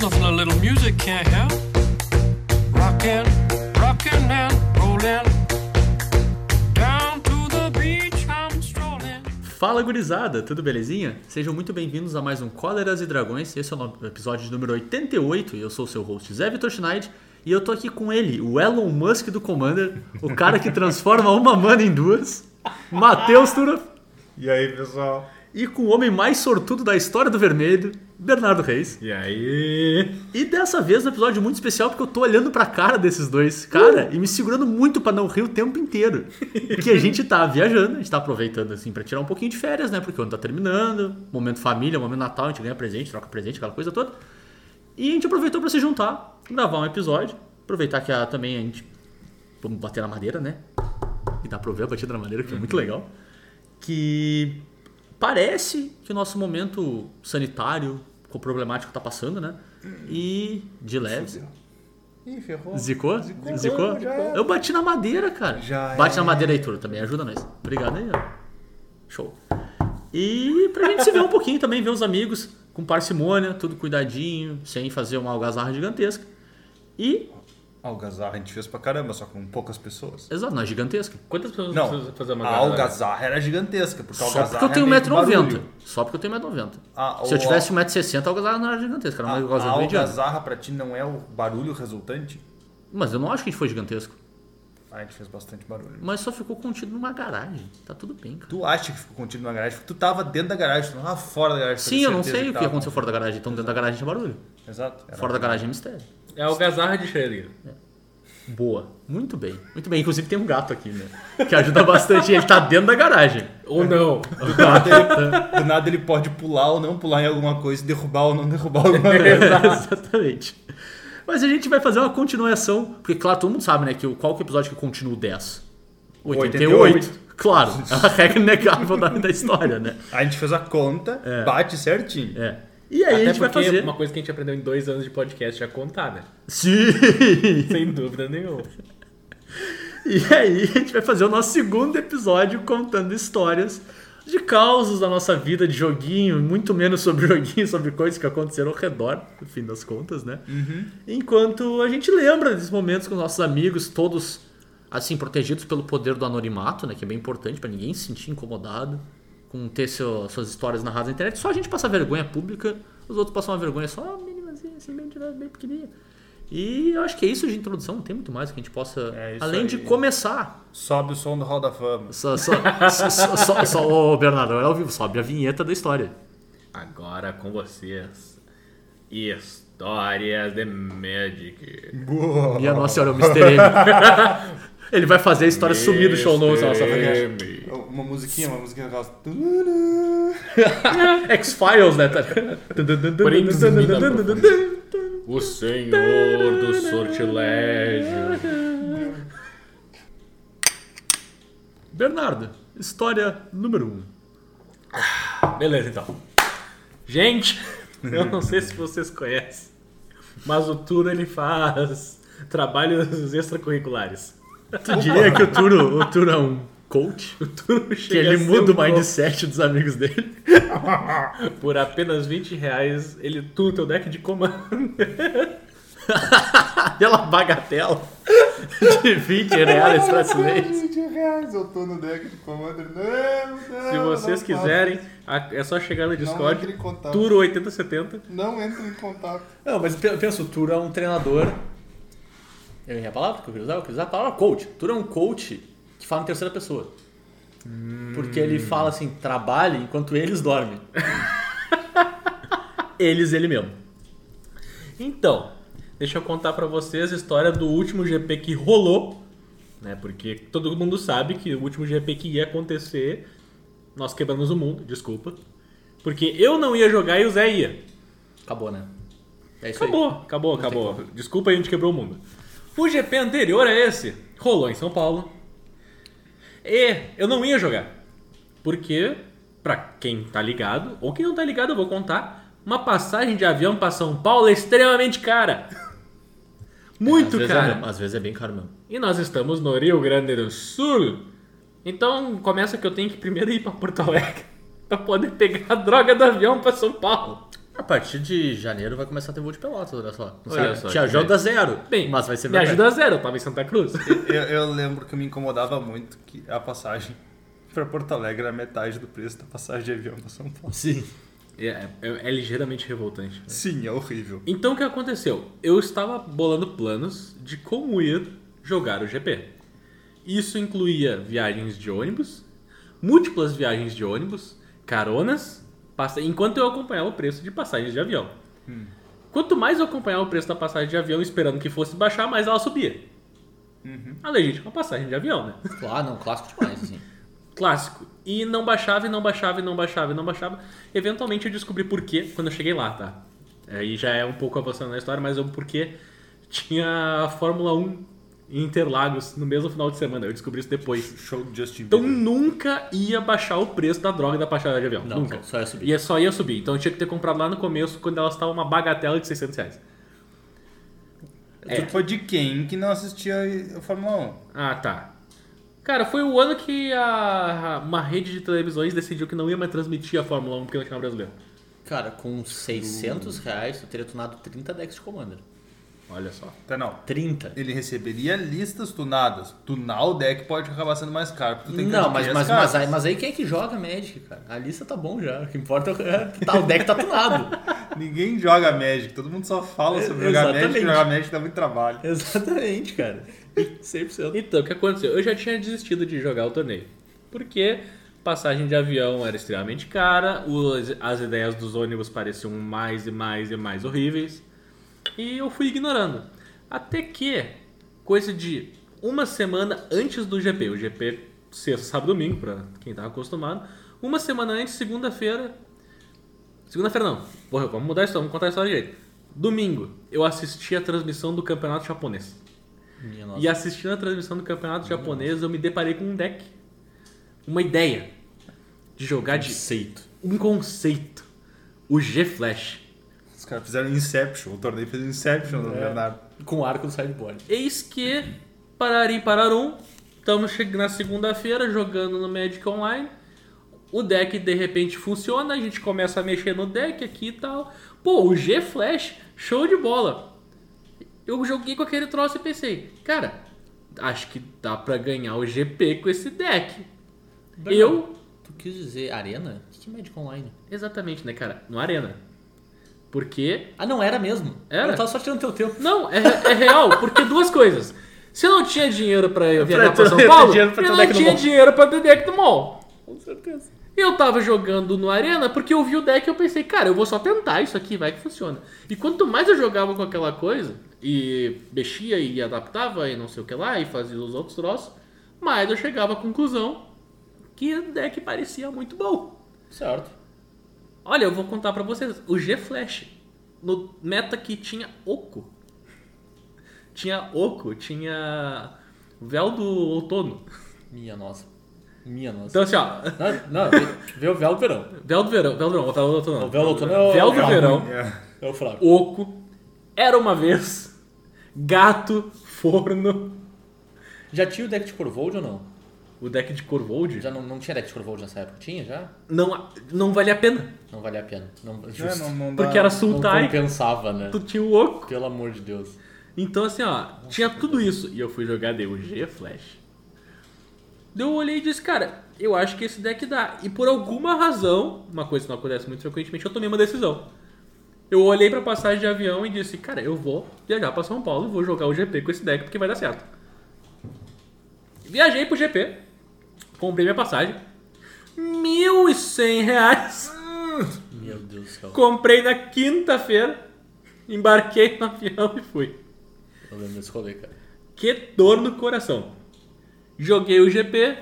Loving a little music, can't help. Rockin', rockin' and rollin'. Down to the beach, I'm strolling. Fala gurizada, tudo belezinha? Sejam muito bem-vindos a mais um Cóleras e Dragões. Esse é o no- episódio de número 88 e eu sou o seu host Zé Vitor Schneid. E eu tô aqui com ele, o Elon Musk do Commander, o cara que transforma uma mana em duas, Matheus Tura, E aí, pessoal? e com o homem mais sortudo da história do vermelho, Bernardo Reis. E aí? E dessa vez um episódio muito especial porque eu tô olhando pra cara desses dois, cara, e me segurando muito pra não rir o tempo inteiro. que a gente tá viajando, a gente tá aproveitando assim pra tirar um pouquinho de férias, né? Porque o ano tá terminando, momento família, momento Natal, a gente ganha presente, troca presente, aquela coisa toda. E a gente aproveitou pra se juntar, gravar um episódio, aproveitar que a, também a gente vamos bater na madeira, né? E dá pra ouvir a batida na madeira, que é muito legal. Que parece que o nosso momento sanitário com problemático tá passando, né? E de leve. Ih, ferrou. Zicou? Zicou, Zicou? já era. Eu bati na madeira, cara. Já Bate na é. madeira aí, Turo, também. Ajuda nós. Obrigado aí, ó. Show. E pra gente se ver um pouquinho também, ver os amigos com parcimônia, tudo cuidadinho, sem fazer uma algazarra gigantesca. E. Algazarra a gente fez pra caramba, só com poucas pessoas. Exato, não é gigantesca. Quantas pessoas Não, precisam fazer uma a algazarra era gigantesca, porque a Só algazarra porque eu tenho é meio que 1,90m. barulho. Só porque eu tenho 1,90m. Ah, Se eu o- tivesse 1,60m, a algazarra não era gigantesca. Era A, uma a algazarra mediana. algazarra pra ti não é o barulho resultante? Ah, Mas eu não acho que a gente foi gigantesco. A gente fez bastante barulho. Mas só ficou contido numa garagem. Tá tudo bem, cara. Tu acha que ficou contido na garagem? Tu tava dentro da garagem, tu não tava fora da garagem. Sim, eu não sei o que aconteceu fora da garagem. Então dentro da garagem tinha barulho. da... Exato. era- Fora da garagem é mistério. É algazarra de Schrödinger. Boa. Muito bem. Muito bem. Inclusive tem um gato aqui, né? Que ajuda bastante. Ele tá dentro da garagem. Ou não. Do nada, ele, do nada ele pode pular ou não pular em alguma coisa, derrubar ou não derrubar alguma coisa. Exatamente. Mas a gente vai fazer uma continuação. Porque, claro, todo mundo sabe, né? Que o- qual que é o episódio que continua o 10? 88. 88. Claro. É uma regra inegável da, da história, né? A gente fez a conta, bate certinho. É. E aí Até a gente vai porque fazer. uma coisa que a gente aprendeu em dois anos de podcast é a contar, né? Sim! Sem dúvida nenhuma. E aí a gente vai fazer o nosso segundo episódio contando histórias de causos da nossa vida, de joguinho, muito menos sobre joguinho, sobre coisas que aconteceram ao redor, no fim das contas, né? Uhum. Enquanto a gente lembra desses momentos com nossos amigos, todos assim, protegidos pelo poder do anonimato, né? Que é bem importante pra ninguém se sentir incomodado com ter seu- suas histórias narradas na internet. Só a gente passa vergonha pública, os outros passam uma vergonha só minimazinha, assim, bem, de- bem pequenininha. E eu acho que é isso de introdução, não tem muito mais que a gente possa, É isso além aí. de começar. Sobe o som do Hall da Fama. Só, só, só, só, só, só- ô Bernardo, é ao vivo, sobe a vinheta da história. Agora com vocês. Histórias de Magic. E a nossa senhora é o Mr. M. Ele vai fazer a história sumir do show notes. Nossa, Mr. Uma musiquinha, uma musiquinha X-Files, né? Prince O Senhor do Sortilégio. Bernardo, história número 1. Um. Beleza, então. Gente, eu não sei se vocês conhecem, mas o Turo ele faz trabalhos extracurriculares. Tu diria que o Turo, o Turo é um coach? O Turo Que é um ele muda o mindset dos amigos dele. um Por apenas 20 reais, ele tuna o teu deck de comando. Pela bagatela de 20 reais brasileiros. reais, eu tô no deck de Commander. Não, não, Se vocês quiserem, a- é só chegar no entre em Discord. contato. Turo 8070. Não entre em contato. Não, mas pe- pensa, o Turo é um treinador. Eu errei a palavra que eu queria usar, eu queria usar a palavra coach. O Turo é um coach que fala em terceira pessoa. Porque ele fala assim, trabalhe enquanto eles dormem. eles, ele mesmo. Então, deixa eu contar pra vocês a história do último GP que rolou, né? Porque todo mundo sabe que o último GP que ia acontecer, nós quebramos o mundo, desculpa. Porque eu não ia jogar e o Zé ia. Acabou, né? É isso Acabou, acabou, acabou. Desculpa, a gente quebrou o mundo. O GP anterior a esse rolou em São Paulo. E eu não ia jogar. Porque, pra quem tá ligado, ou quem não tá ligado, eu vou contar. Uma passagem de avião pra São Paulo é extremamente cara. Às Muito vezes é mesmo, cara. às vezes é bem caro mesmo. e nós estamos no Rio Grande do Sul. Então começa que eu tenho que primeiro ir pra Porto Alegre pra poder pegar a droga do avião pra São Paulo. A partir de janeiro vai começar a ter voo de pelotas, olha só. Não sei, Olha só, te que ajuda zero, Bem, mas vai ser Me verdade. ajuda a zero, eu tava em Santa Cruz. Eu, eu lembro que me incomodava muito que a passagem pra Porto Alegre era metade do preço da passagem de avião pra São Paulo. Sim. É, é- é ligeiramente revoltante. Sim, é horrível. Então o que aconteceu? Eu estava bolando planos de como ir jogar o GP. Isso incluía viagens de ônibus, múltiplas viagens de ônibus, caronas, passa- enquanto eu acompanhava o preço de passagens de avião. Quanto mais eu acompanhava o preço da passagem de avião esperando que fosse baixar, mais ela subia. A legítima passagem de avião, né? Claro, Ah, não, clássico demais, assim. clássico. E não baixava, e não baixava, e não baixava, e não baixava. Eventualmente eu descobri por quê quando eu cheguei lá, tá? Aí já é um pouco avançando na história, mas é porque tinha a Fórmula 1 em Interlagos no mesmo final de semana. Eu descobri isso depois. Show do Justin Então Bieber. nunca ia baixar o preço da droga e da passagem de avião. Não, nunca. só ia subir. Ia, só ia subir. Então eu tinha que ter comprado lá no começo, quando ela estava uma bagatela de 600 reais. é. Tu foi de quem que não assistia a Fórmula 1? Ah, tá. Cara, foi o ano que a, uma rede de televisões decidiu que não ia mais transmitir a Fórmula 1 porque não tinha brasileiro. Cara, com 600 reais, tu teria tunado 30 decks de Commander. Olha só. Tá, não. 30? Ele receberia listas tunadas. Tunar o deck pode acabar sendo mais caro, porque tu tem que Não, adquirir as mas, mas, mas, aí, cartas. mas aí quem é que joga Magic, cara? A lista tá bom já. O que importa é que tá, o deck tá tunado. Ninguém joga Magic, todo mundo só fala sobre jogar Exatamente. Magic, jogar Magic dá muito trabalho. Exatamente, cara. 100%. Então, o que aconteceu? Eu já tinha desistido de jogar o torneio. Porque passagem de avião era extremamente cara, os- as ideias dos ônibus pareciam mais e mais e mais horríveis. E eu fui ignorando. Até que, coisa de uma semana antes do GP, o GP sexta, sábado, domingo, pra quem tava acostumado. Uma semana antes, segunda-feira. Segunda-feira não. Porra, vamos mudar a história, vamos contar a história direito. Domingo, eu assisti a transmissão do campeonato japonês. Minha nossa. E assistindo a transmissão do campeonato japonês, eu me deparei com um deck. Uma ideia de jogar de Aceito. um conceito. O G-Flash. Os caras fizeram Inception, o torneio fez Inception, É. do Leonardo. Com arco no sideboard. Eis que, parari pararum, estamos chegando na segunda-feira jogando no Magic Online. O deck de repente funciona, a gente começa a mexer no deck aqui e tal. Pô, o G-Flash, show de bola. Eu joguei com aquele troço e pensei, cara, acho que dá pra ganhar o GP com esse deck. Eu Tu quis dizer arena? O que que é Magic Online? Exatamente, né, cara? No Arena. Porque. Ah, não, era mesmo. Era? Eu tava só tirando teu tempo. Não, é, é real, porque duas coisas. Se eu não tinha dinheiro pra eu viajar pra ter- São ter Paulo, dinheiro pra ter eu deck não no tinha mall. dinheiro pra ter deck do mall. Com certeza. Eu tava jogando no Arena porque eu vi o deck e eu pensei, cara, eu vou só tentar isso aqui, vai que funciona. E quanto mais eu jogava com aquela coisa, e mexia e adaptava e não sei o que lá, e fazia os outros troços, mais eu chegava à conclusão que o deck parecia muito bom. Certo. Olha, eu vou contar pra vocês. O G-Flash, no meta que tinha Oco. Tinha Oco, tinha Véu do Outono. Minha nossa. Minha nossa. Então assim, ó. Não, não vê, vê o véu do verão. Véu do Verão, Véu do Verão, Véu do Outono. O véu do outono é o- Véu do é o- Verão, É. É o fraco. Oco, Era Uma Vez, Gato, Forno. Já tinha o deck de Corvold ou não? O deck de Corvold Já não, não tinha deck de Corvold nessa época? Tinha já? não, não valia a pena. Não valia a pena. Não, É, justo. não- não dá- Porque era Não Sultai, compensava, né? tá tu tinha o Oco. Pelo amor de Deus. Então, assim, ó, tinha tudo isso. E eu fui jogar DUG Flash. Daí eu olhei e disse, cara, eu acho que esse deck dá. E por alguma razão, uma coisa que não acontece muito frequentemente, eu tomei uma decisão. Eu olhei pra passagem de avião e disse, cara, eu vou viajar pra São Paulo e vou jogar o GP com esse deck porque vai dar certo. Viajei pro GP, comprei minha passagem, R$ reais. Meu Deus do céu. Comprei na quinta-feira, embarquei no avião e fui. Eu lembro desse rolê, cara. Que dor no coração. Joguei o GP,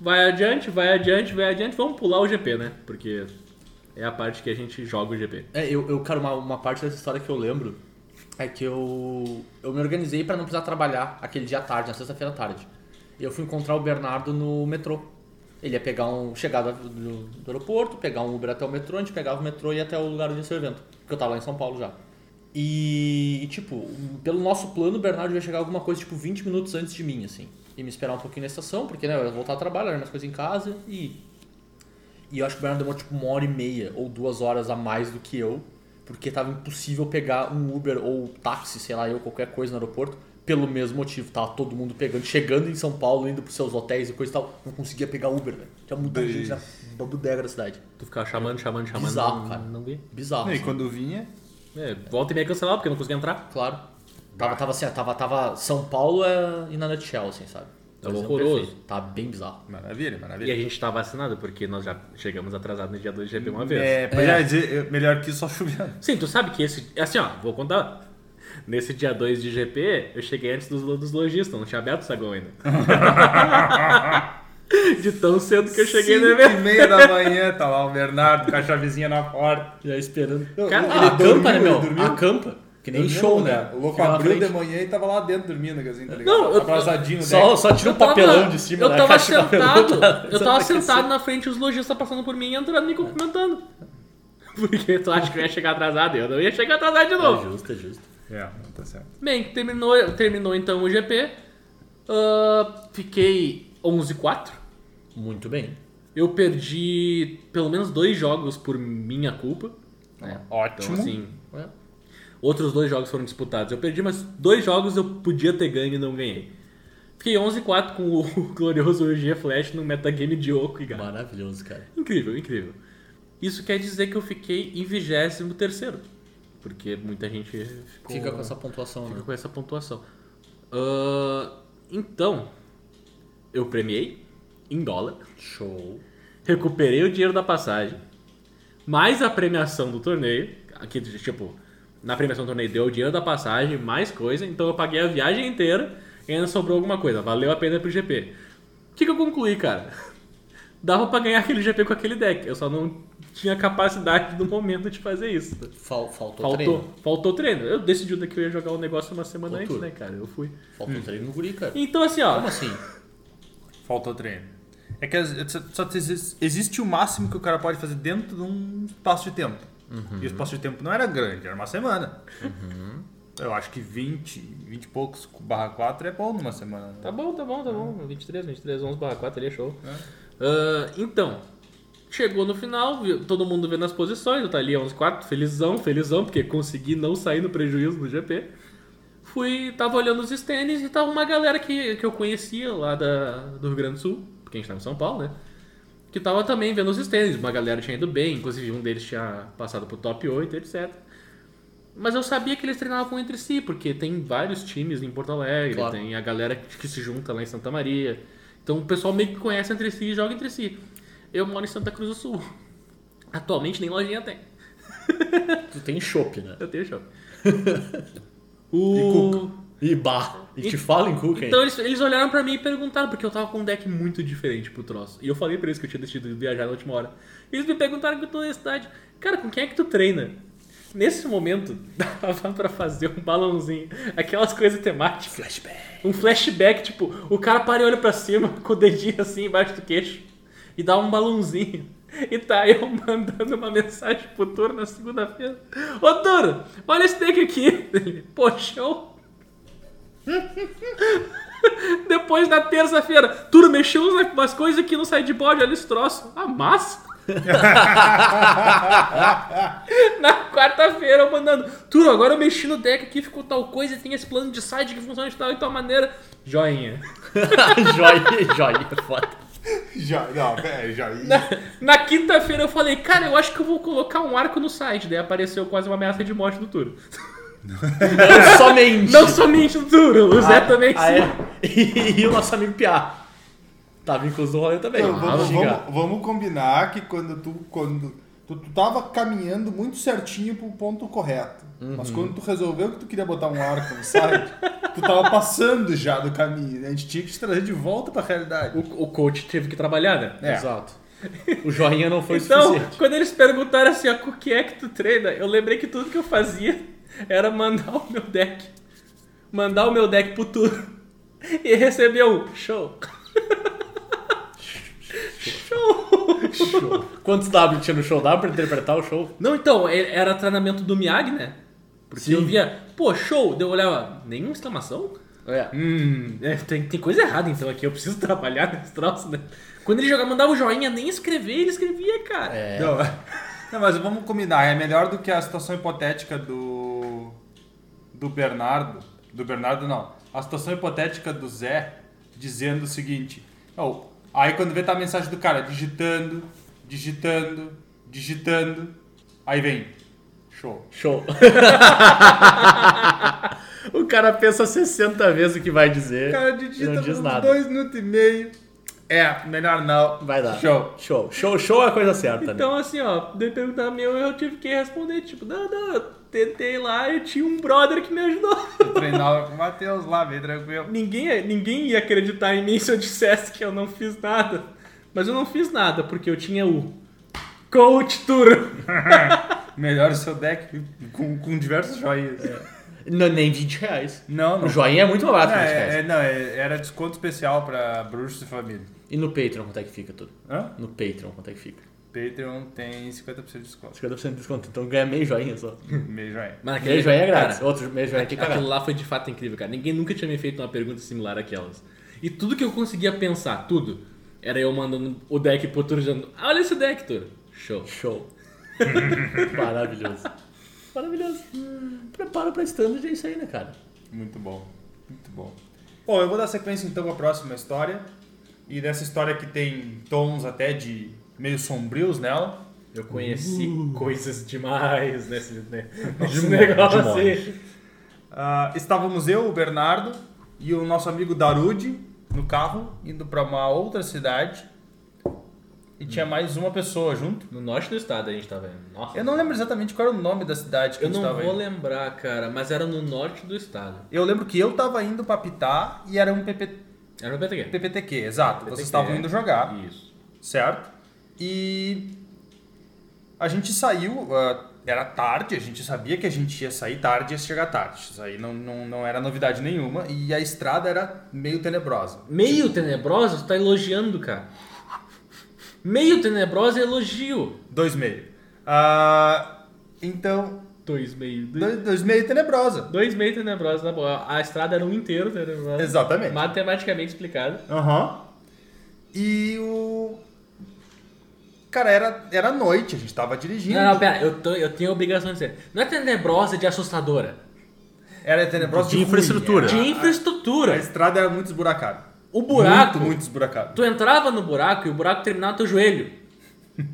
vai adiante, vai adiante, vai adiante. Vamos pular o GP, né? Porque é a parte que a gente joga o GP. É, eu, eu cara, uma, uma parte dessa história que eu lembro é que eu, eu me organizei pra não precisar trabalhar aquele dia à tarde, na sexta-feira à tarde. E eu fui encontrar o Bernardo no metrô. Ele ia pegar um. chegar do, do- do aeroporto, pegar um Uber até o metrô, a gente pegava o metrô e ia até o lugar onde ia ser o evento. Porque eu tava lá em São Paulo já. E, e, tipo, um- pelo nosso plano, o Bernardo ia chegar alguma coisa, tipo, 20 minutos antes de mim, assim. E me esperar um pouquinho na estação, porque, né, eu ia voltar a trabalhar, minhas coisas em casa e e eu acho que o Bernardo demorou tipo uma hora e meia ou duas horas a mais do que eu porque tava impossível pegar um Uber ou táxi, sei lá, eu qualquer coisa no aeroporto, pelo mesmo motivo. Tava todo mundo pegando, chegando em São Paulo, indo pros seus hotéis e coisa e tal, não conseguia pegar Uber, velho. Tinha muita Beijo. gente na na bodega da cidade. Tu ficava chamando, chamando, chamando. Bizarro, não, cara. Não vi. Bizarro. E assim. quando vinha, É, volta e meia cancelava porque eu não conseguia entrar. Claro. Tava, tava assim, ó, tava, tava São Paulo é... e na nutshell, assim, sabe? Tá Exemplo horroroso. perfeito. Tá bem bizarro. maravilha, E maravilha. a gente tá vacinado porque nós já chegamos atrasados no dia 2 de GP uma vez. É, pois é, dizer, eu- melhor que isso, só chovendo. Sim, tu sabe que esse. Assim, ó, vou contar. Nesse dia 2 de GP, eu cheguei antes dos, dos lojistas, não tinha aberto o saguão ainda. De tão cedo que eu cheguei no Cinco evento. e meia da manhã, tá lá o Bernardo com a chavezinha na porta. Já esperando. Cara, ele ah, acampa, dormiu, né, meu? ele dormiu. Acampa. Que nem Dormiu, show, né? O louco Fica lá abriu na de frente. manhã e tava lá dentro dormindo, assim, tá ligado? Não, eu- Abraçadinho, no Só, deck. só tira um Eu tava- papelão de cima Eu da tava caixa de papelão. sentado, tá- eu tá tava aquecido. sentado na frente, os lojistas passando por mim, entrando e cumprimentando. Porque tu acha que eu ia chegar atrasado? Eu não ia chegar atrasado de É novo. justo, é justo. É, não tá certo. Bem, terminou, terminou então o GP. Ah, fiquei 11-4. Muito bem. Eu perdi pelo menos dois jogos por minha culpa. né? Ótimo. Então, assim, outros dois jogos foram disputados. Eu perdi, mas dois jogos eu podia ter ganho e não ganhei. Fiquei 11-4 com o glorioso UG Flash no metagame de Oco e Gato. Maravilhoso, cara. Incrível, incrível. Isso quer dizer que eu fiquei em 23º. Porque muita gente ficou- Fica com essa pontuação, fica né? com essa pontuação. Ah, então, eu premiei em dólar. Show. Recuperei o dinheiro da passagem. Mais a premiação do torneio. Aqui, tipo, na premiação do torneio deu o dinheiro da passagem, mais coisa. Então eu paguei a viagem inteira e ainda sobrou alguma coisa. Valeu a pena pro GP. O que, que eu concluí, cara? Dava pra ganhar aquele GP com aquele deck. Eu só não tinha capacidade no momento de fazer isso. Fal- faltou, faltou, treino. faltou treino. Eu decidi onde é que eu ia jogar o negócio uma semana Faltou. antes, né, cara? Eu fui. Faltou treino no guri, cara. Então, assim, ó. Como assim? Faltou treino. É que as- só- só existe- existe o máximo que o cara pode fazer dentro de um espaço de tempo. E o espaço de tempo não era grande, era uma semana. Eu acho que 20, 20 e poucos barra 4 é bom numa semana. né? Tá bom, tá bom, tá Ah. bom. 23, 23, 11 barra 4 ali é show. Ah, então, chegou no final, viu- todo mundo vendo as posições, eu tá ali 11 4 felizão, felizão, porque consegui não sair no prejuízo no GP. Fui, tava olhando os stands e tava uma galera que, que eu conhecia lá da, do Rio Grande do Sul, porque a gente tava em São Paulo, né? Que tava também vendo os stands, uma galera tinha ido bem, inclusive um deles tinha passado pro top 8, etc. Mas eu sabia que eles treinavam entre si, porque tem vários times em Porto Alegre, Claro. tem a galera que se junta lá em Santa Maria. Então o pessoal meio que conhece entre si e joga entre si. Eu moro em Santa Cruz do Sul. Atualmente nem lojinha tem. Tu tem chopp, né? Eu tenho shopping. o... E bah. E, E- te fala em cuca, hein? Então eles, eles olharam pra mim e perguntaram, porque eu tava com um deck muito diferente pro troço. E eu falei pra eles que eu tinha decidido viajar na última hora. Eles me perguntaram que eu tô na cidade. Cara, com quem é que tu treina? Nesse momento, dava pra fazer um balãozinho. Aquelas coisas temáticas. Flashback. Um flashback, tipo, o cara para e olha pra cima com o dedinho assim embaixo do queixo e dá um balãozinho. E tá eu mandando uma mensagem pro Toro na segunda-feira. Ô Toro, olha esse deck aqui. Ele, é Pô, show. Depois na terça-feira, Turo mexeu umas- umas coisas aqui no sideboard, olha esse troço. Ah, massa. Na quarta-feira eu mandando, Turo, agora eu mexi no deck aqui, ficou tal coisa, e tem esse plano de side que funciona de tal e tal maneira. Joinha. joia, joia. Foda. Já, não, é, já. e- Na quinta-feira eu falei, cara, eu acho que eu vou colocar um arco no site. Daí apareceu quase uma ameaça de morte do Turo. Não somente. Não somente do Turo, o Zé também Ah, sim. é. E, o nosso amigo Piá. Tava incluso no rolê também. Não, Vou vamos, xingar. vamos- vamos combinar que quando tu quando tu, tu tava caminhando muito certinho pro ponto correto. Hum. Mas Uhum. quando tu resolveu que tu queria botar um arco no site, tu tava passando já do caminho. né? A gente tinha que te trazer de volta pra realidade. O, o coach teve que trabalhar, né? É. É. Exato. O joinha não foi Então, suficiente. quando eles perguntaram assim, ó, com o que é que tu treina? Eu lembrei que tudo que eu fazia era mandar o meu deck. Mandar o meu deck pro Turo. E receber um show. Show. Quantos W tinha no show? Dava pra interpretar o show? Não, então, e- era treinamento do Miyagi, né? Porque eu via, pô, show, daí eu olhava, nenhuma exclamação? É. Hum, é, tem, tem coisa errada então aqui, eu preciso trabalhar nesse troço, né? Quando ele jogava, mandava o joinha, nem escrever, ele escrevia, cara. É. Não, Não, mas vamos combinar, é melhor do que a situação hipotética do. do Bernardo. Do Bernardo não. A situação hipotética do Zé dizendo o seguinte. "Ô, aí quando vê tá a mensagem do cara, digitando, digitando, digitando. Aí vem. Show. Show. o cara pensa 60 vezes o que vai dizer. O cara digita não diz uns nada. dois minutos e meio. É, melhor não. Vai dar. Show. Show. Show, show é a coisa certa, né? Então, assim, ó, de perguntar meu, eu tive que responder, tipo, não, não, eu tentei lá e tinha um brother que me ajudou. Treinava com o Matheus lá, bem tranquilo. ninguém, ninguém ia acreditar em mim se eu dissesse que eu não fiz nada. Mas eu não fiz nada, porque eu tinha o Coach Tour. Melhor o seu deck com, com diversos joias. É. Não, nem 20 reais. Não, não. O joinha é muito barato, Não, 20 é- reais. é- não, é- era desconto especial pra bruxos e família. E no Patreon, quanto é que fica tudo? Hã? No Patreon, quanto é que fica? Patreon tem 50% de desconto. 50% de desconto, então ganha meio joinha só. Meio joia. Mas Meio joinha é grátis, outro meio joinha tem que pagar. Aquilo lá foi de fato incrível, cara. Ninguém nunca tinha me feito uma pergunta similar àquelas. E tudo que eu conseguia pensar, tudo, era eu mandando o deck pro Tur dizendo, "Ah, olha esse deck, Tur. Show. Show. Maravilhoso. Maravilhoso. Prepara pra standard, é isso aí, né, cara? Muito bom. Muito bom. Bom, eu vou dar sequência então pra próxima história. E nessa história que tem tons até de meio sombrios nela. Eu conheci Uh. coisas demais nesse, né, nesse monte, negócio. de monte. Ah, estávamos eu, o Bernardo e o nosso amigo Darude no carro, indo pra uma outra cidade. E tinha mais uma pessoa junto. No norte do estado a gente tava indo. Nossa. Eu não lembro exatamente qual era o nome da cidade que Eu a gente não estava vou indo. lembrar, cara, mas era no norte do estado. Eu lembro que eu tava indo pra Pitar e era um PP... Era no PTQ. PPTQ, exato. Vocês PPTQ. estavam indo jogar, é. Isso. certo? E a gente saiu, ah, era tarde, a gente sabia que a gente ia sair tarde e ia chegar tarde. Isso aí não, não, não era novidade nenhuma e a estrada era meio tenebrosa. Meio tenebrosa, tu tá elogiando, cara. Meio tenebrosa é elogio. Dois meio. Ah, então, Dois meio. Dois, dois, dois meio tenebrosa. dois meio tenebrosa, na boa. A estrada era um inteiro tenebrosa. Exatamente. Matematicamente explicado. Aham. E o... Cara, era, era noite, a gente tava dirigindo. Não, não, pera, eu, tô- eu tenho a obrigação de dizer. Não é tenebrosa é de assustadora. Era tenebrosa De de, ruim, infraestrutura. é. De A infraestrutura. estrada era muito esburacada. O buraco. Muito, muito esburacado. Tu entrava no buraco e o buraco terminava no teu joelho.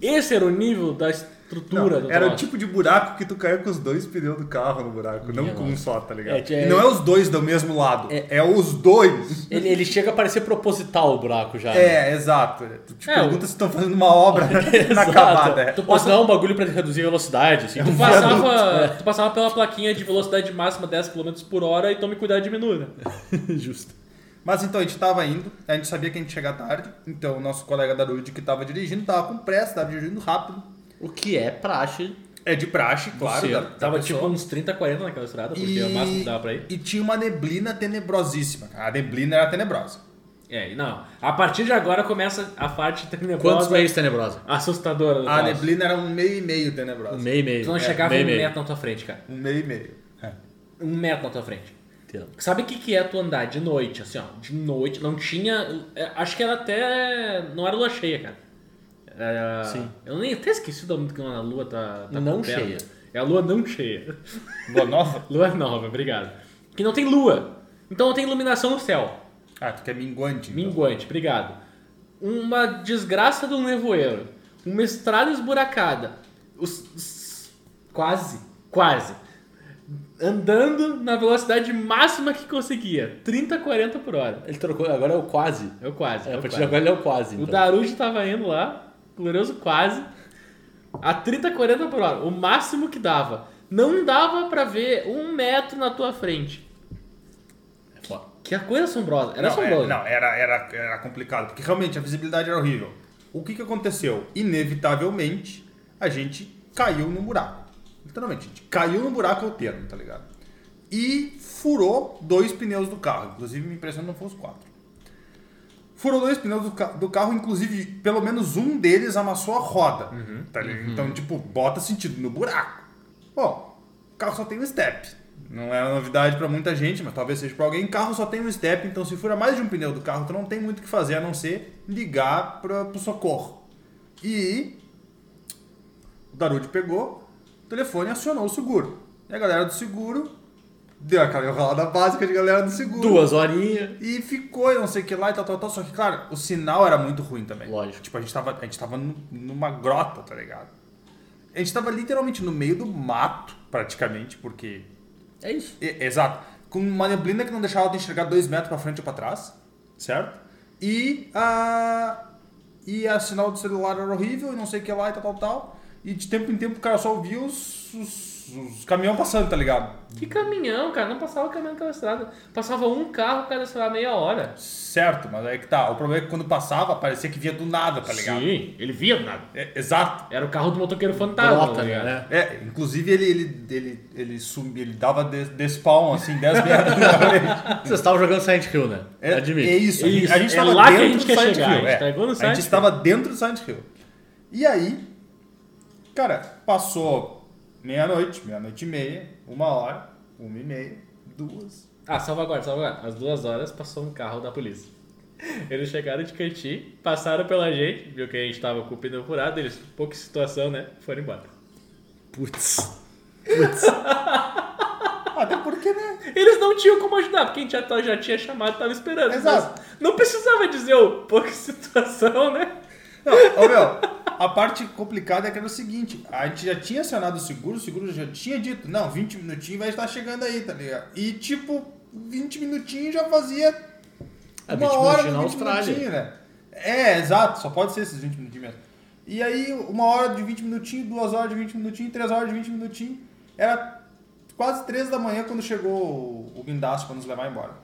Esse era o nível da estrutura do era o troço. tipo de buraco que tu caiu com os dois pneus do carro no buraco, não com um só, tá ligado? É, tinha- E não é os dois do mesmo lado, é, os dois. Ele, ele chega a parecer proposital o buraco já. né? É, exato. Tu te É, pergunta se estão fazendo uma obra na é. Exato. acabada. Tu passa um bagulho pra reduzir a velocidade. Assim, Tu tu faz- passava, tu passava pela plaquinha de velocidade máxima 10 km por hora e tome cuidado e diminua, né? Justo. Mas então, a gente tava indo, a gente sabia que a gente ia chegar tarde, então o nosso colega da Rude que tava dirigindo, tava com pressa, tava dirigindo rápido. O que é praxe. É de praxe, claro. Sim, da- da Tava pessoa. tipo uns 30, 40 naquela estrada, porque é o máximo que dava pra ir. e tinha uma neblina tenebrosíssima. cara. A neblina era tenebrosa. É, não. A partir de agora começa a parte Quantos tenebrosa meios tenebrosa? assustadora do A troço. neblina era um meio e meio tenebrosa. Um meio e meio. Tu não É, chegava meio um e meio. metro na tua frente, cara. Um meio e meio. Um metro na tua frente. Entendo. Sabe o que, que é tu andar de noite, assim, ó? De noite, não tinha. é, Acho que era até. Não era lua cheia, cara. Era- Sim. Eu nem até esqueci da que a lua tá. tá Não com terra. cheia. É a lua não cheia. Lua nova? Lua nova, obrigado. Que não tem lua. Então não tem iluminação no céu. Ah, tu quer minguante. então. Minguante, obrigado. Uma desgraça do nevoeiro. Uma estrada esburacada. Os- os- quase, quase. Andando na velocidade máxima que conseguia. 30, 40 por hora. Ele trocou, agora é o quase. Eu quase. É, eu a partir quase. de agora ele é o quase. O então. Darude tava indo lá, glorioso quase, a 30, 40 por hora, o máximo que dava. Não dava pra ver um metro na tua frente. Que coisa é assombrosa. Era não, assombrosa. é- não, era, era, era complicado, porque realmente a visibilidade era horrível. O que, que aconteceu? Inevitavelmente, a gente caiu no buraco. Literalmente, a gente caiu no buraco é o termo, tá ligado? E furou dois pneus do carro. Inclusive, me impressionou não foram os quatro. Furou dois pneus do, ca- do carro, inclusive, pelo menos um deles amassou a roda. tá ligado? Então, tipo, bota sentido no buraco. Bom, o carro só tem um step. Não é uma novidade pra muita gente, mas talvez seja pra alguém. Carro só tem um step, então se fura mais de um pneu do carro, tu não tem muito o que fazer a não ser ligar pra, pro socorro. E O Darude pegou o telefone e acionou o seguro. E a galera do seguro deu aquela enrolada básica de galera do seguro. Duas horinhas. E ficou e não sei o que lá e tal, tal, tal. Só que, claro, o sinal era muito ruim também. Lógico. Tipo, a gente tava, a gente tava nu- numa grota, tá ligado? A gente tava literalmente no meio do mato, praticamente, porque. É isso. e- exato. Com uma neblina que não deixava de enxergar dois metros pra frente ou pra trás, certo? E a. E a sinal do celular era horrível e não sei o que lá e tal, tal, tal. E de tempo em tempo o cara só ouvia os, os, os caminhões passando, tá ligado? Que caminhão, cara. Não passava caminhão naquela estrada. Passava um carro cada, sei lá, meia hora. Tá Certo, mas aí que tá. O problema é que quando passava, parecia que vinha do nada, tá ligado? Sim, ele via nada. É, exato. Era o carro do motoqueiro fantasma. Brota, tá ligado? né? É, inclusive ele, ele, ele, ele, sumi, ele dava des- despawn, assim, 10 metros na frente. Vocês estavam jogando Silent Hill, né? É, Admito. é isso. É A gente, isso. a gente É tava lá que a dentro gente do quer Silent chegar, Hill. a gente é. tá igual no a Silent gente Hill. estava dentro do Silent Hill. E aí, cara, passou meia-noite, meia-noite e meia, uma hora, uma e meia, duas. Ah, salvaguarda, salvaguarda. Às duas horas passou um carro da polícia. Eles chegaram de cantinho, passaram pela gente, viu que a gente tava com o pneu furado, eles, pô, que situação, né? Foram embora. Putz. Até porque, né? Eles não tinham como ajudar, porque a gente já, tá- já tinha chamado, tava esperando. Exato. Mas Não precisava dizer o pô, que situação, né? Não, ô meu, a parte complicada é que era o seguinte, a gente já tinha acionado o seguro, o seguro já tinha dito, não, 20 minutinhos vai estar chegando aí, tá ligado? E tipo, 20 minutinhos já fazia É, 20 uma hora minutinhos de na 20 Austrália. minutinhos, né? É, exato, só pode ser esses 20 minutinhos mesmo. E aí, uma hora de 20 minutinhos, duas horas de 20 minutinhos, três horas de 20 minutinhos. Era quase três da manhã quando chegou o o guindaste pra nos levar embora.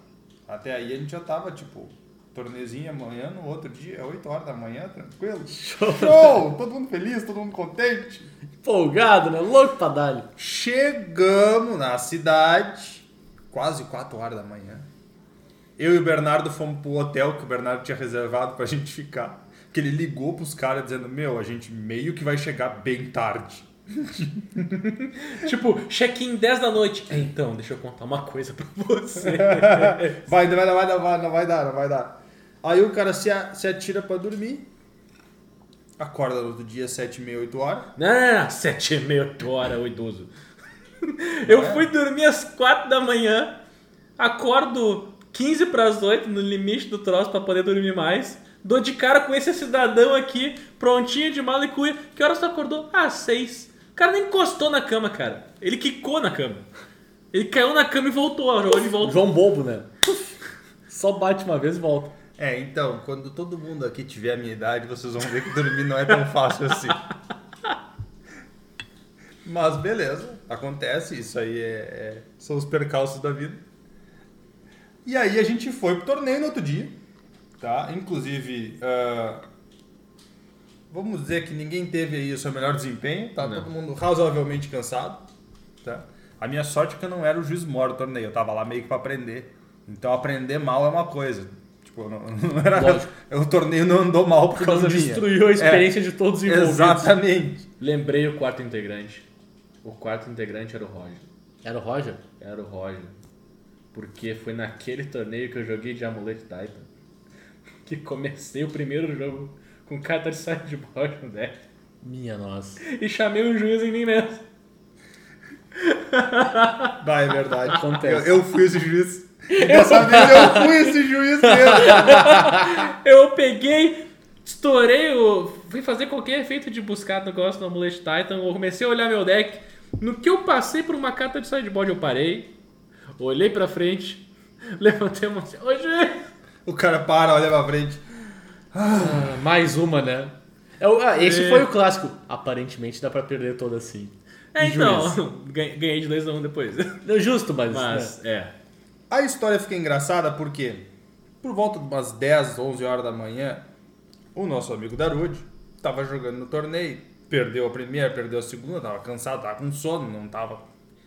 Até aí a gente já tava, tipo, tornezinho amanhã, no outro dia, 8 horas da manhã, tranquilo. Show! Todo mundo feliz, todo mundo contente. Empolgado, né? Louco pra dar Chegamos na cidade, quase 4 horas da manhã. Eu e o Bernardo fomos pro hotel que o Bernardo tinha reservado pra gente ficar. Que ele ligou pros caras dizendo: Meu, a gente meio que vai chegar bem tarde. Tipo, check-in 10 da noite. É, Então, deixa eu contar uma coisa pra você. Vai, não vai, não vai, não vai, não vai dar, não vai dar. Aí o cara se, a- se atira pra dormir. Acorda no outro dia, 7, meia, 8 horas. Não, não, não, sete e meia, oito horas, o idoso. Eu fui dormir às quatro da manhã, acordo 15 pras as 8 no limite do troço pra poder dormir mais. Dou de cara com esse cidadão aqui, prontinho de mala e cuia. Que horas tu acordou? Ah, seis. O cara nem encostou na cama, cara. Ele quicou na cama. Ele caiu na cama e voltou, jogou de volta. João Bobo, né? Só bate uma vez e volta. É, então, quando todo mundo aqui tiver a minha idade, vocês vão ver que dormir não é tão fácil assim. Mas beleza, acontece, isso aí é, é- são os percalços da vida. E aí a gente foi pro torneio no outro dia, tá? Inclusive, ah, vamos dizer que ninguém teve aí o seu melhor desempenho, tá? Todo mundo razoavelmente cansado, tá? A minha sorte é que eu não era o juiz moro do torneio, eu tava lá meio que pra aprender. Então aprender mal é uma coisa. Tipo, eu não, não era. Lógico. O torneio não andou mal por Não causa minha. destruiu a experiência de todos os É, envolvidos. exatamente. Lembrei o quarto integrante. O quarto integrante era o Roger. Era o Roger? Era o Roger. Porque foi naquele torneio que eu joguei de Amulet Titan. Que comecei o primeiro jogo com carta de sideboard no deck. Minha nossa. E chamei o juiz em mim mesmo. Vai, é verdade. Acontece. Eu, eu fui esse juiz. Dessa vez eu fui esse juiz mesmo. Eu peguei, estourei o. Fui fazer qualquer efeito de buscar negócio no Amulet Titan. Eu comecei a olhar meu deck. No que eu passei por uma carta de sideboard, eu parei. Olhei pra frente. Levantei a mão assim. Ô, juiz! O cara para, olha pra frente. Ah, mais uma, né? É o- ah, esse foi o clássico. Aparentemente dá pra perder toda assim. É, E então. ganhei- Ganhei de 2x1 depois. Não, Justo, mas. né? Mas, é. A história fica engraçada porque, por volta de umas 10, 11 horas da manhã, o nosso amigo Darude tava jogando no torneio. Perdeu a primeira, perdeu a segunda, tava cansado, tava com sono, não tava.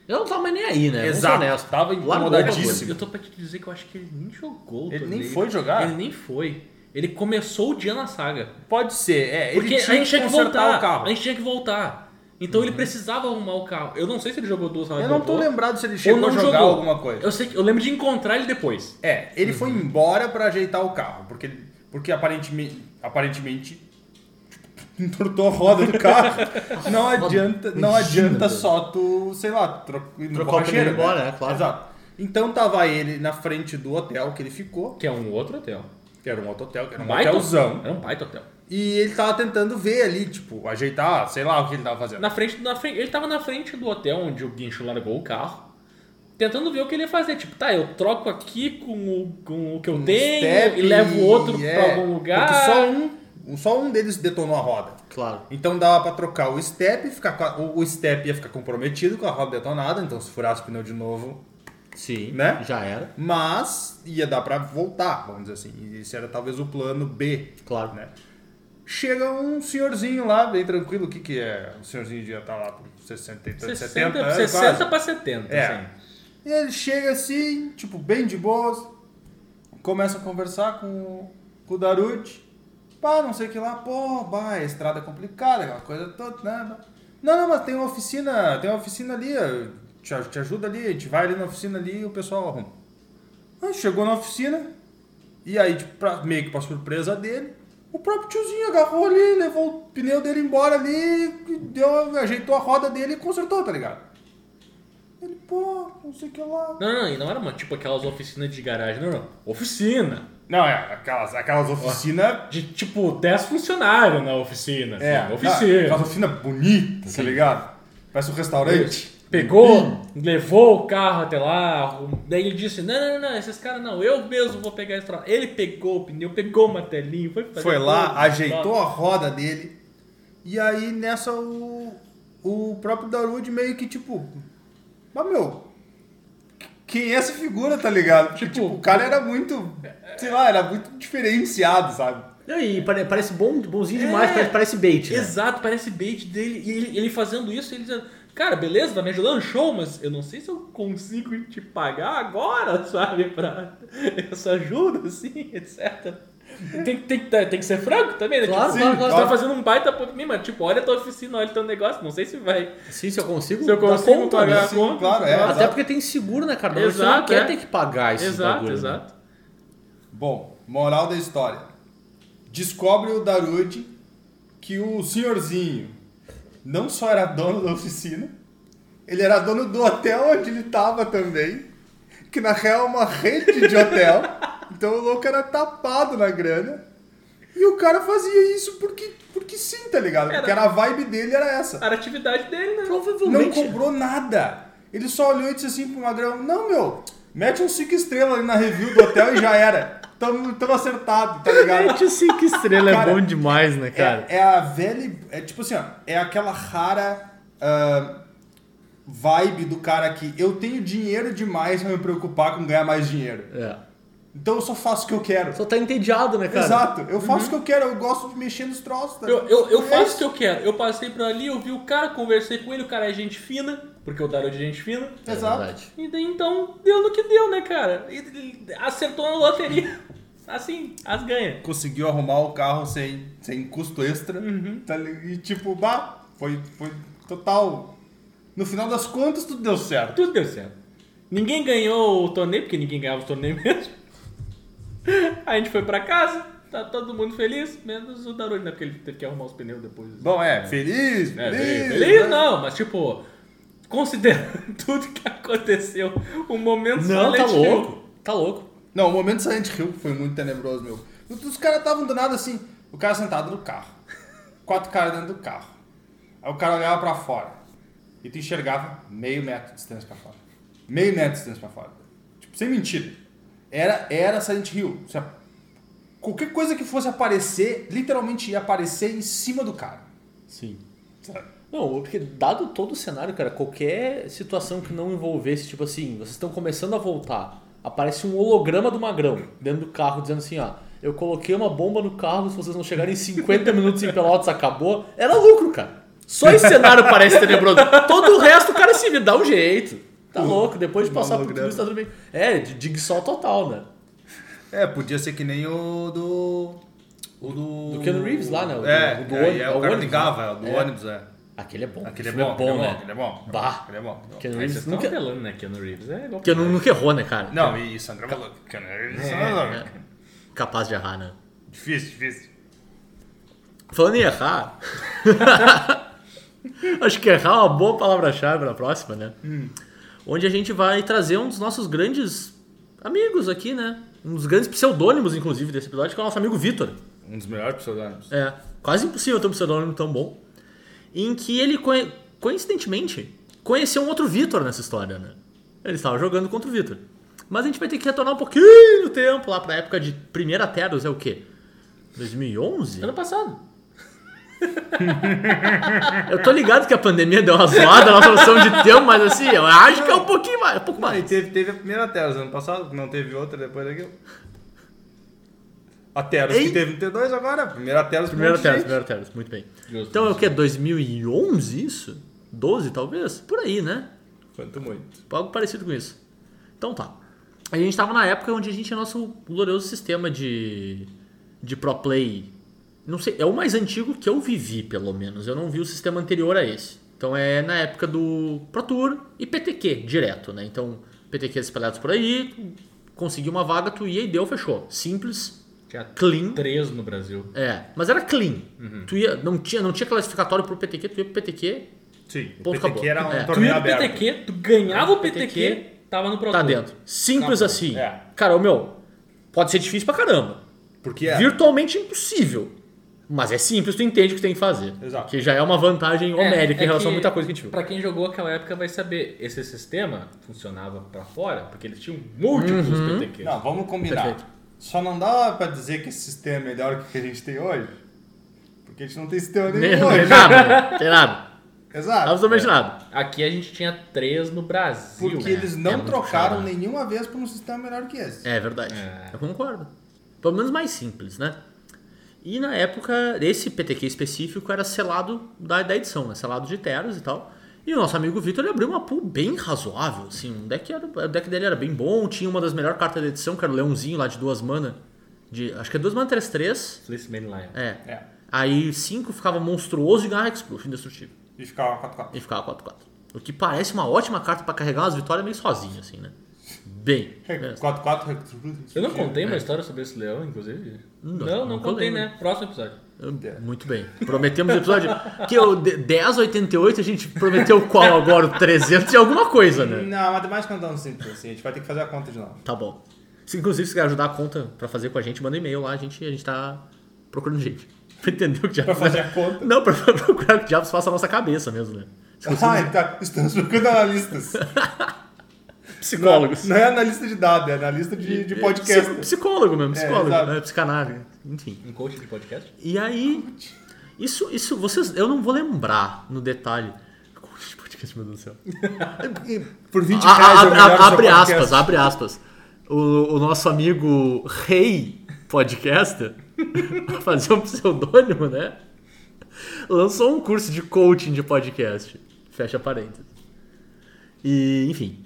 Eu não tava mais nem aí, né? Vamos Exato. ser honestos. Tava Largou a coisa. incomodadíssimo. Eu tô pra te dizer que eu acho que ele nem jogou. o Tá Ele nem torneio. foi jogar? Ele nem foi. Ele começou o dia na saga. Pode ser, é. Porque ele a tinha gente tinha que consertar voltar. o carro. Uhum. A gente tinha que voltar. Então ele precisava arrumar o carro. Eu não sei se ele jogou duas horas. Eu não tô lembrado se ele Ou chegou não a jogar jogou. alguma coisa. Eu, sei que, eu lembro de encontrar ele depois. É, ele Uhum. foi embora pra ajeitar o carro, porque, porque aparentemente, aparentemente tu entortou a roda do carro. Não adianta, não Imagina, adianta velho. só tu, sei lá, trocar Trocar o pneu e ir embora, é, né? Claro. Exato. Então tava ele na frente do hotel que ele ficou, Que é um outro hotel. que era um outro hotel, que era um Baita hotelzão. Era um baita hotel. E ele tava tentando ver ali, tipo, ajeitar, sei lá o que ele tava fazendo. Na frente, na frente, ele tava na frente do hotel onde o guincho largou o carro, tentando ver o que ele ia fazer. Tipo, tá, eu troco aqui com o, com o que eu tenho Um Step, e levo o outro é, pra algum lugar. Porque só um, só um deles detonou a roda. Claro. Então dava pra trocar o step, ficar com a- o o step ia ficar comprometido com a roda detonada, então se furasse o pneu de novo, Sim. Né? Já era. mas ia dar pra voltar, vamos dizer assim. E Esse era talvez o plano B, Claro. né? Chega um senhorzinho lá, bem tranquilo, o que que é? O senhorzinho devia estar lá por 60, e tantos, 70 60, anos, 60 quase. pra 70, É. assim. E ele chega assim, tipo, bem de boas, começa a conversar com, com o Darude. Pá, não sei o que lá, pô, bah, a estrada é complicada, aquela coisa toda, né? Não, não, mas tem uma oficina, tem uma oficina ali, eu te, aj- te ajuda ali, a gente vai ali na oficina ali e o pessoal arruma. Aí chegou na oficina, e aí, tipo, pra- meio que pra surpresa dele, o próprio tiozinho agarrou ali, levou o pneu dele embora ali, e deu, ajeitou a roda dele e consertou, tá ligado? Ele, pô, não sei o que lá. Não, não, e não era uma, tipo aquelas oficinas de garagem, não, não. Oficina. Não, é, aquelas, aquelas oficinas. De tipo 10 funcionários na oficina. É, assim, tá, oficina. aquelas oficinas bonitas, tá ligado? Parece um restaurante. Hum. Pegou, levou o carro até lá, arrum- daí ele disse: Não, não, não, esses caras não, eu mesmo vou pegar esse troço. Ele pegou o pneu, pegou o martelinho, foi fazer Foi lá, tudo, ajeitou tal. a roda dele. E aí nessa o, o próprio Darude meio que tipo. Mas meu. Quem é essa figura, tá ligado? Porque, Tipo- tipo, o cara era muito. Sei lá, era muito diferenciado, sabe? E aí, pare- parece bom, bonzinho demais, É. parece, parece bait. Né? Exato, parece bait dele. E ele, ele fazendo isso, ele dizendo: Cara, beleza, tá me ajudando? Show, mas eu não sei se eu consigo te pagar agora, sabe? Pra essa ajuda, assim, etc. Tem, tem, que- tem que ser franco também, né? Claro, tipo, claro, sim, claro. tu tá fazendo um baita ponto mim, mas tipo, olha a tua oficina, olha o teu negócio, não sei se vai. Sim, se eu consigo. Se eu dar consigo conta, pagar né? a conta. claro, é. Até exato. porque tem seguro, né, cara? Não, você não Exato, quer é. ter que pagar esse exato, bagulho. né? exato. Bom, moral da história. Descobre o Darude que o senhorzinho não só era dono da oficina, ele era dono do hotel onde ele tava também, que na real é uma rede de hotel. então o louco era tapado na grana. E o cara fazia isso porque, porque sim, tá ligado? Porque Era- era a vibe dele era essa. Era a atividade dele, né? Não Provavelmente. cobrou nada. Ele só olhou e disse assim pro Magrão: Não, meu, mete um 5 estrelas ali na review do hotel e já era. Tamo, tamo acertado, tá ligado? Mete o 5 estrelas, é Cara, bom demais, né, cara? É, é a velha. É tipo assim, ó, é aquela rara ah, vibe do cara que eu tenho dinheiro demais pra me preocupar com ganhar mais dinheiro. É. Então eu só faço o que eu quero. Só tá entediado, né, cara? Exato, eu faço o que eu quero, eu gosto de mexer nos troços. tá? Uhum. Eu, eu, eu É faço isso. o que eu quero. Eu passei por ali, eu vi o cara, conversei com ele, o cara é gente fina, porque o Dario é de gente fina. É Exato. verdade. E daí, então, deu no que deu, né, cara? E- e- Acertou na loteria. Assim, as ganha. conseguiu arrumar o carro sem, sem custo extra. tá li- e tipo, bah, foi, foi total. No final das contas, tudo deu certo. Tudo deu certo. Ninguém ganhou o torneio, porque ninguém ganhava o torneio mesmo. A gente foi pra casa, tá todo mundo feliz, menos o Darude, né? Porque ele teve que arrumar os pneus depois. Bom, é, feliz, É, feliz. feliz, feliz né? não, mas tipo, considerando tudo que aconteceu, o momento Não, tá Silent né? Hill. louco. Tá louco. Não, o momento Silent Hill foi muito tenebroso, meu. Os caras estavam do nada assim, o cara sentado no carro. Quatro caras dentro do carro. Aí o cara olhava pra fora. E tu enxergava meio metro de distância pra fora. Meio metro de distância pra fora. Tipo, sem mentira. Era, era Silent Hill. Se a- Qualquer coisa que fosse aparecer, literalmente ia aparecer em cima do cara. Sim. Sabe? Não, porque dado todo o cenário, cara, qualquer situação que não envolvesse, tipo assim, vocês estão começando a voltar, aparece um holograma do Magrão dentro do carro dizendo assim, ó, eu coloquei uma bomba no carro, se vocês não chegarem em 50 minutos em Pelotas, acabou. Era lucro, cara. Só esse cenário parece tenebroso. Todo o resto, o cara se dá um jeito. Tá louco, depois de um passar por tudo holograma. isso, tá tudo bem. É, de dig sol total, né? É, podia ser que nem o do. O do. Do Keanu Reeves lá, né? O do- é, o do aí ônibus, é, é o o cara ônibus, ligava, é, o do né? É. ônibus, é. Aquele é bom. Aquele é Esse filme bom, aquele é bom, né? aquele é bom. Bah. Aquele é bom, aquele é bom. Keanu Aí vocês Reeves estão nunca... apelando, né? Keanu Reeves é igual. Keanu nunca errou, né, cara? Não, e Sandra Bullock. É, Sandra Bullock. Capaz de errar, né? Difícil, difícil. Falando em errar. Acho que errar é uma boa palavra-chave na próxima, né? Hum. Onde a gente vai trazer um dos nossos grandes amigos aqui, né? Um dos grandes pseudônimos, inclusive, desse episódio, que é o nosso amigo Vitor. Um dos melhores pseudônimos. É, quase impossível ter um pseudônimo tão bom. Em que ele, coi- coincidentemente, conheceu um outro Vitor nessa história, né? Ele estava jogando contra o Vitor. Mas a gente vai ter que retornar um pouquinho o tempo lá pra época de primeira Teros, é o quê? 2011? Ano passado. Eu tô ligado que a pandemia deu uma zoada na solução de tempo, mas assim, eu acho que é um pouquinho mais. Um pouco Mano, Ah, e mais. teve, teve a primeira Teros ano passado, não teve outra depois daquilo. A Teros Ei. que teve no T2 agora. Primeira Teros com um Primeira monte de Teros, gente. primeira Teros, muito bem. Então é o quê? 2011 isso? 12 talvez? Por aí, né? Quanto muito. Algo parecido com isso. Então tá. A gente tava na época onde a gente tinha nosso glorioso sistema de, de pro play. Não sei, é o mais antigo que eu vivi, pelo menos. Eu não vi o sistema anterior a esse. Então é na época do Pro Tour e PTQ direto, né? Então, PTQ espalhados por aí, tu conseguiu uma vaga, tu ia e deu, fechou. Simples, Tinha clean. três no Brasil. É, mas era clean. Tu ia, não tinha, não tinha classificatório pro PTQ, tu ia pro PTQ, Sim, o Ponto, PTQ acabou. era um É. Tu torneio ia no aberto. PTQ, tu ganhava o PTQ, PTQ, tava no Pro tá Tour. dentro. Simples Acabou. assim. É. Cara, ô meu, pode ser difícil pra caramba. Porque é. Virtualmente impossível. Mas é simples, tu entende o que tem que fazer. Exato. Que já é uma vantagem homérica é em relação que a muita coisa que a gente viu. Pra quem jogou aquela época vai saber, esse sistema funcionava pra fora, porque eles tinham múltiplos Uhum. é. PTQs. Não, vamos combinar. Perfeito. Só não dá pra dizer que esse sistema é melhor que o que a gente tem hoje. Porque a gente não tem sistema Nem, nenhum não tem hoje. nada, não tem né? nada. Exato. É. Absolutamente nada. Aqui a gente tinha três no Brasil. Porque né? eles não É muito trocaram né? chato. nenhuma vez por um sistema melhor que esse. É verdade. É. Eu concordo. Pelo menos mais simples, né? E na época, esse PTQ específico era selado da, da edição, né? Selado de teras e tal. E o nosso amigo Vitor ele abriu uma pool bem razoável, assim. Um deck era, o deck dele era bem bom, tinha uma das melhores cartas da edição, que era o Leãozinho lá de duas mana. De, acho que é duas mana 3-3. Fleeceman Lion. É. É. Aí 5 ficava monstruoso e ganhava Explosion indestrutível. E ficava 4x4. E ficava 4-4. O que parece uma ótima carta pra carregar umas vitórias meio sozinho, assim, né? Bem. é. 4x4 recrutas. Eu não contei uma história sobre esse leão, inclusive? Não, não, não contei, contei, né? Próximo episódio. É. Muito bem. Prometemos o episódio. Que o 1088 a gente prometeu qual agora? O 300 e alguma coisa, né? Não, a matemática não dá um simples assim. A gente vai ter que fazer a conta de novo. Tá bom. Se, inclusive, se quer ajudar a conta pra fazer com a gente, manda um e-mail lá, a gente, a gente tá procurando gente. Pra entender o que diabos. né? fazer a conta? Não, pra procurar o que diabos faça a nossa cabeça mesmo, né? Ah, tá. Estamos procurando analistas. Psicólogos. Não é analista de dados, é analista de, de Psi- podcast. É, Psicólogo mesmo, psicólogo, exato. né? Psicanálise. Enfim. Um coach de podcast? E aí. Isso, isso, vocês. Eu não vou lembrar no detalhe. Coach de podcast, meu Deus do céu. Por 20 A- reais a- é o melhor a- abre seu podcast. aspas, abre aspas. O, o nosso amigo Rei Podcaster, pra fazer um pseudônimo, né? Lançou um curso de coaching de podcast. Fecha parênteses. E, enfim.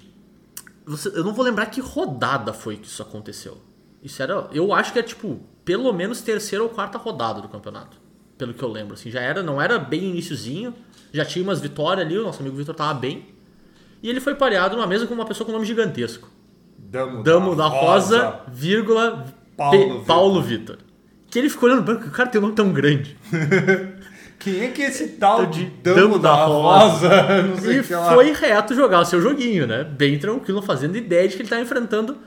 Você- eu não vou lembrar que rodada foi que isso aconteceu. Isso era. Eu acho que é tipo, pelo menos terceira ou quarta rodada do campeonato. Pelo que eu lembro. Assim, já era, não era bem iniciozinho. Já tinha umas vitórias ali, o nosso amigo Vitor tava bem. E ele foi pareado numa mesa com uma pessoa com nome gigantesco. Damo, Damo da Rosa, vírgula, Paulo Pe- Vitor. Paulo Vitor. Que ele ficou olhando pro banco, o cara tem um nome tão grande. Quem é que é esse tal de de Damo, Damo da, da Rosa? Não sei E o que lá. foi reto jogar o seu joguinho, né? Bem tranquilo, fazendo ideia de que ele tá enfrentando,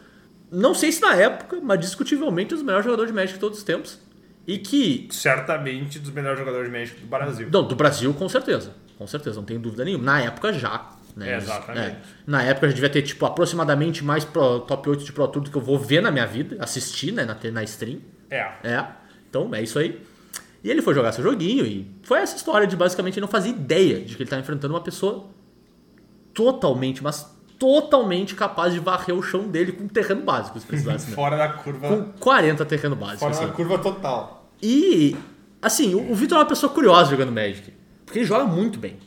não sei se na época, mas discutivelmente os melhores jogadores de Magic de todos os tempos. E que. Certamente dos melhores jogadores de México do Brasil. Não, do Brasil, com certeza. Com certeza, não tenho dúvida nenhuma. Na época já. Né? É, exatamente. É. Na época a gente devia ter, tipo, aproximadamente mais pro- top 8 de Pro Tour do que eu vou ver na minha vida, assistir, né, na, na stream. É. É, então é isso aí. E ele foi jogar seu joguinho e foi essa história de basicamente ele não fazer ideia de que ele tá enfrentando uma pessoa totalmente, mas totalmente capaz de varrer o chão dele com terreno básico, se precisasse, né? Fora da curva. Com 40 terreno básico. Fora assim. da curva total. E, assim, o, o Vitor é uma pessoa curiosa jogando Magic. Porque ele joga muito bem.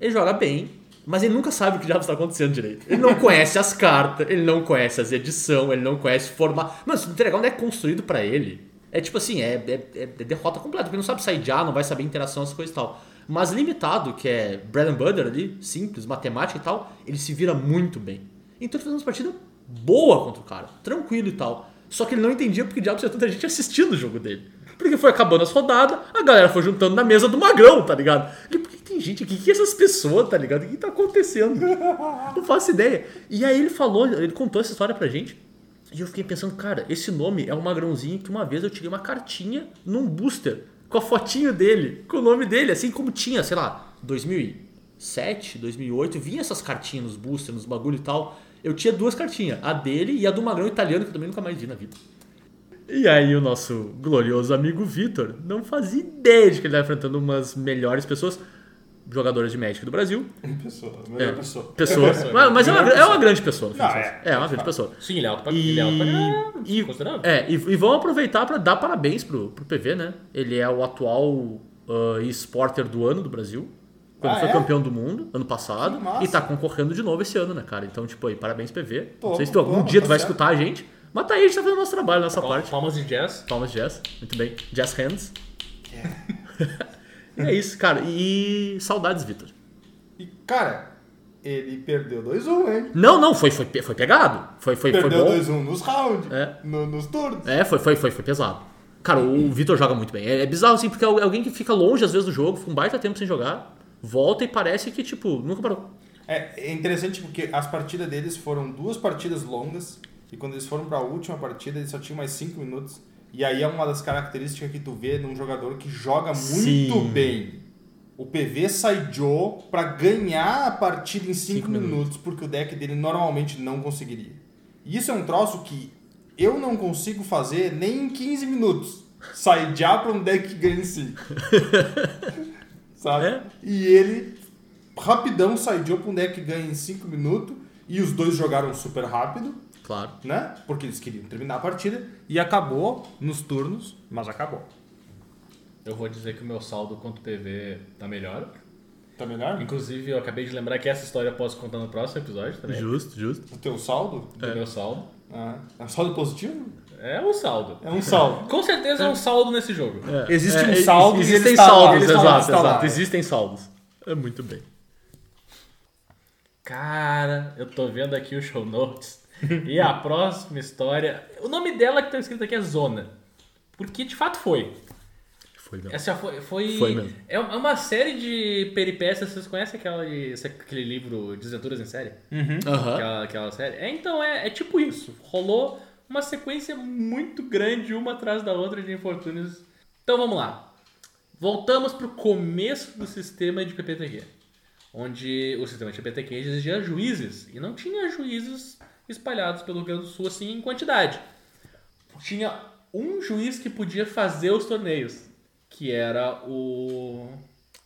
Ele joga bem, mas ele nunca sabe o que diabos está acontecendo direito. Ele não conhece as cartas, ele não conhece as edições, ele não conhece o formato. Mano, se tu entregar um deck construído pra ele, é tipo assim, é, é- é- é derrota completa. Porque ele não sabe sair de ar, não vai saber interação, essas coisas e tal. Mas limitado, que é bread and butter ali, simples, matemática e tal, ele se vira muito bem. Então ele fez uma partida boa contra o cara, tranquilo e tal. Só que ele não entendia porque diabos tinha tanta gente assistindo o jogo dele. Porque foi acabando as rodadas, a galera foi juntando na mesa do magrão, tá ligado? E por que tem gente aqui? O que essas pessoas, tá ligado? O que tá acontecendo? Não faço ideia. E aí ele falou, ele contou essa história pra gente. E eu fiquei pensando, cara, esse nome é um magrãozinho que uma vez eu tirei uma cartinha num booster com a fotinho dele, com o nome dele, assim como tinha, sei lá, 2007, 2008, vinha essas cartinhas nos boosters, nos bagulho e tal. Eu tinha duas cartinhas, a dele e a do magrão italiano, que eu também nunca mais vi na vida. E aí o nosso glorioso amigo Vitor não fazia ideia de que ele estava enfrentando umas melhores pessoas, jogadoras de Magic do Brasil. Pessoa, melhor É. pessoa. Pessoas. mas mas é, uma, é uma grande pessoa, no fim Não, de contas. é. É uma grande pessoa. Sim, ele é alto pra, E, ele é alto pra caralho, e- considerável. é, e, e vamos aproveitar para dar parabéns pro, pro PV, né? Ele é o atual ah, esporter do ano do Brasil. Quando Ah, foi é? campeão do mundo ano passado. Que massa. E tá concorrendo de novo esse ano, né, cara? Então, tipo aí, parabéns, PV. Pô, Não sei se tu algum pô, dia tu tá vai certo. escutar a gente. Mas tá aí, a gente tá fazendo nosso trabalho, nossa Pal- parte. Então, Palmas de jazz. Palmas Jazz, muito bem. Jazz Hands. e é isso, cara. E saudades, Vitor. E, cara, ele perdeu 2-1, hein? Não, não, foi, foi, pe- foi pegado. Foi, foi, foi Perdeu bom. 2-1 nos rounds, É. no- nos turnos. É, foi, foi, foi, foi pesado. Cara, o Vitor joga muito bem. É, é bizarro, assim, porque é al- alguém que fica longe às vezes do jogo, fica um baita tempo sem jogar, volta e parece que, tipo, nunca parou. É, é interessante porque as partidas deles foram duas partidas longas e quando eles foram pra última partida eles só tinham mais cinco minutos. E aí é uma das características que tu vê num jogador que joga muito Sim. bem. O PV sai Joe pra ganhar a partida em cinco minutos, porque o deck dele normalmente não conseguiria. E isso é um troço que eu não consigo fazer nem em 15 minutos. Sai já pra um deck que ganha em 5 sabe? É. E ele rapidão saiu pra um deck que ganha em 5 minutos. E os dois jogaram super rápido, Claro. né? Porque eles queriam terminar a partida. E acabou nos turnos, mas acabou. Eu vou dizer que o meu saldo quanto PV tá melhor. Tá melhor? Inclusive, eu acabei de lembrar que essa história eu posso contar no próximo episódio também. Justo, é. justo. O teu saldo? Do meu saldo. Ah, é um saldo positivo? É um saldo. É um saldo. Com certeza é um saldo nesse jogo. Existe um ex- saldo e É, ele Existem está lá, saldos, ele está lá, exato, está lá. exato. Existem saldos. É muito bem. Cara, eu tô vendo aqui o show notes. e a próxima história. O nome dela que tá escrito aqui é Zona. Porque de fato foi. Foi mesmo. Essa foi. Foi, Foi mesmo. É uma é uma série de peripécias. Vocês conhecem aquela, esse- aquele livro Desventuras em Série? Uhum. Aham. Aquela, aquela série. É, então, é, é tipo isso. Rolou uma sequência muito grande, uma atrás da outra, de infortúnios. Então vamos lá. Voltamos pro começo do sistema de PPTQ. Onde o sistema de PPTQ exigia juízes. E não tinha juízes espalhados pelo Rio Grande do Sul assim em quantidade. Tinha um juiz que podia fazer os torneios. Que era o.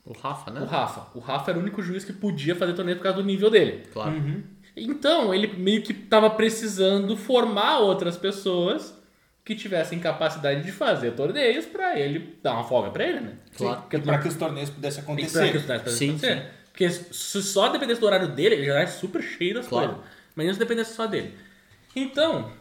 O Rafa, né? O Rafa. O Rafa era o único juiz que podia fazer torneio por causa do nível dele. Claro. Uhum. Então, ele meio que estava precisando formar outras pessoas que tivessem capacidade de fazer torneios para ele dar uma folga para ele, né? Claro. Porque Pra que os torneios pudessem tem que esperar que acontecer. os torneios Sim, acontecer. Porque se só dependesse do horário dele, ele já era super cheio das Claro. coisas. Mas não se dependesse só dele. Então,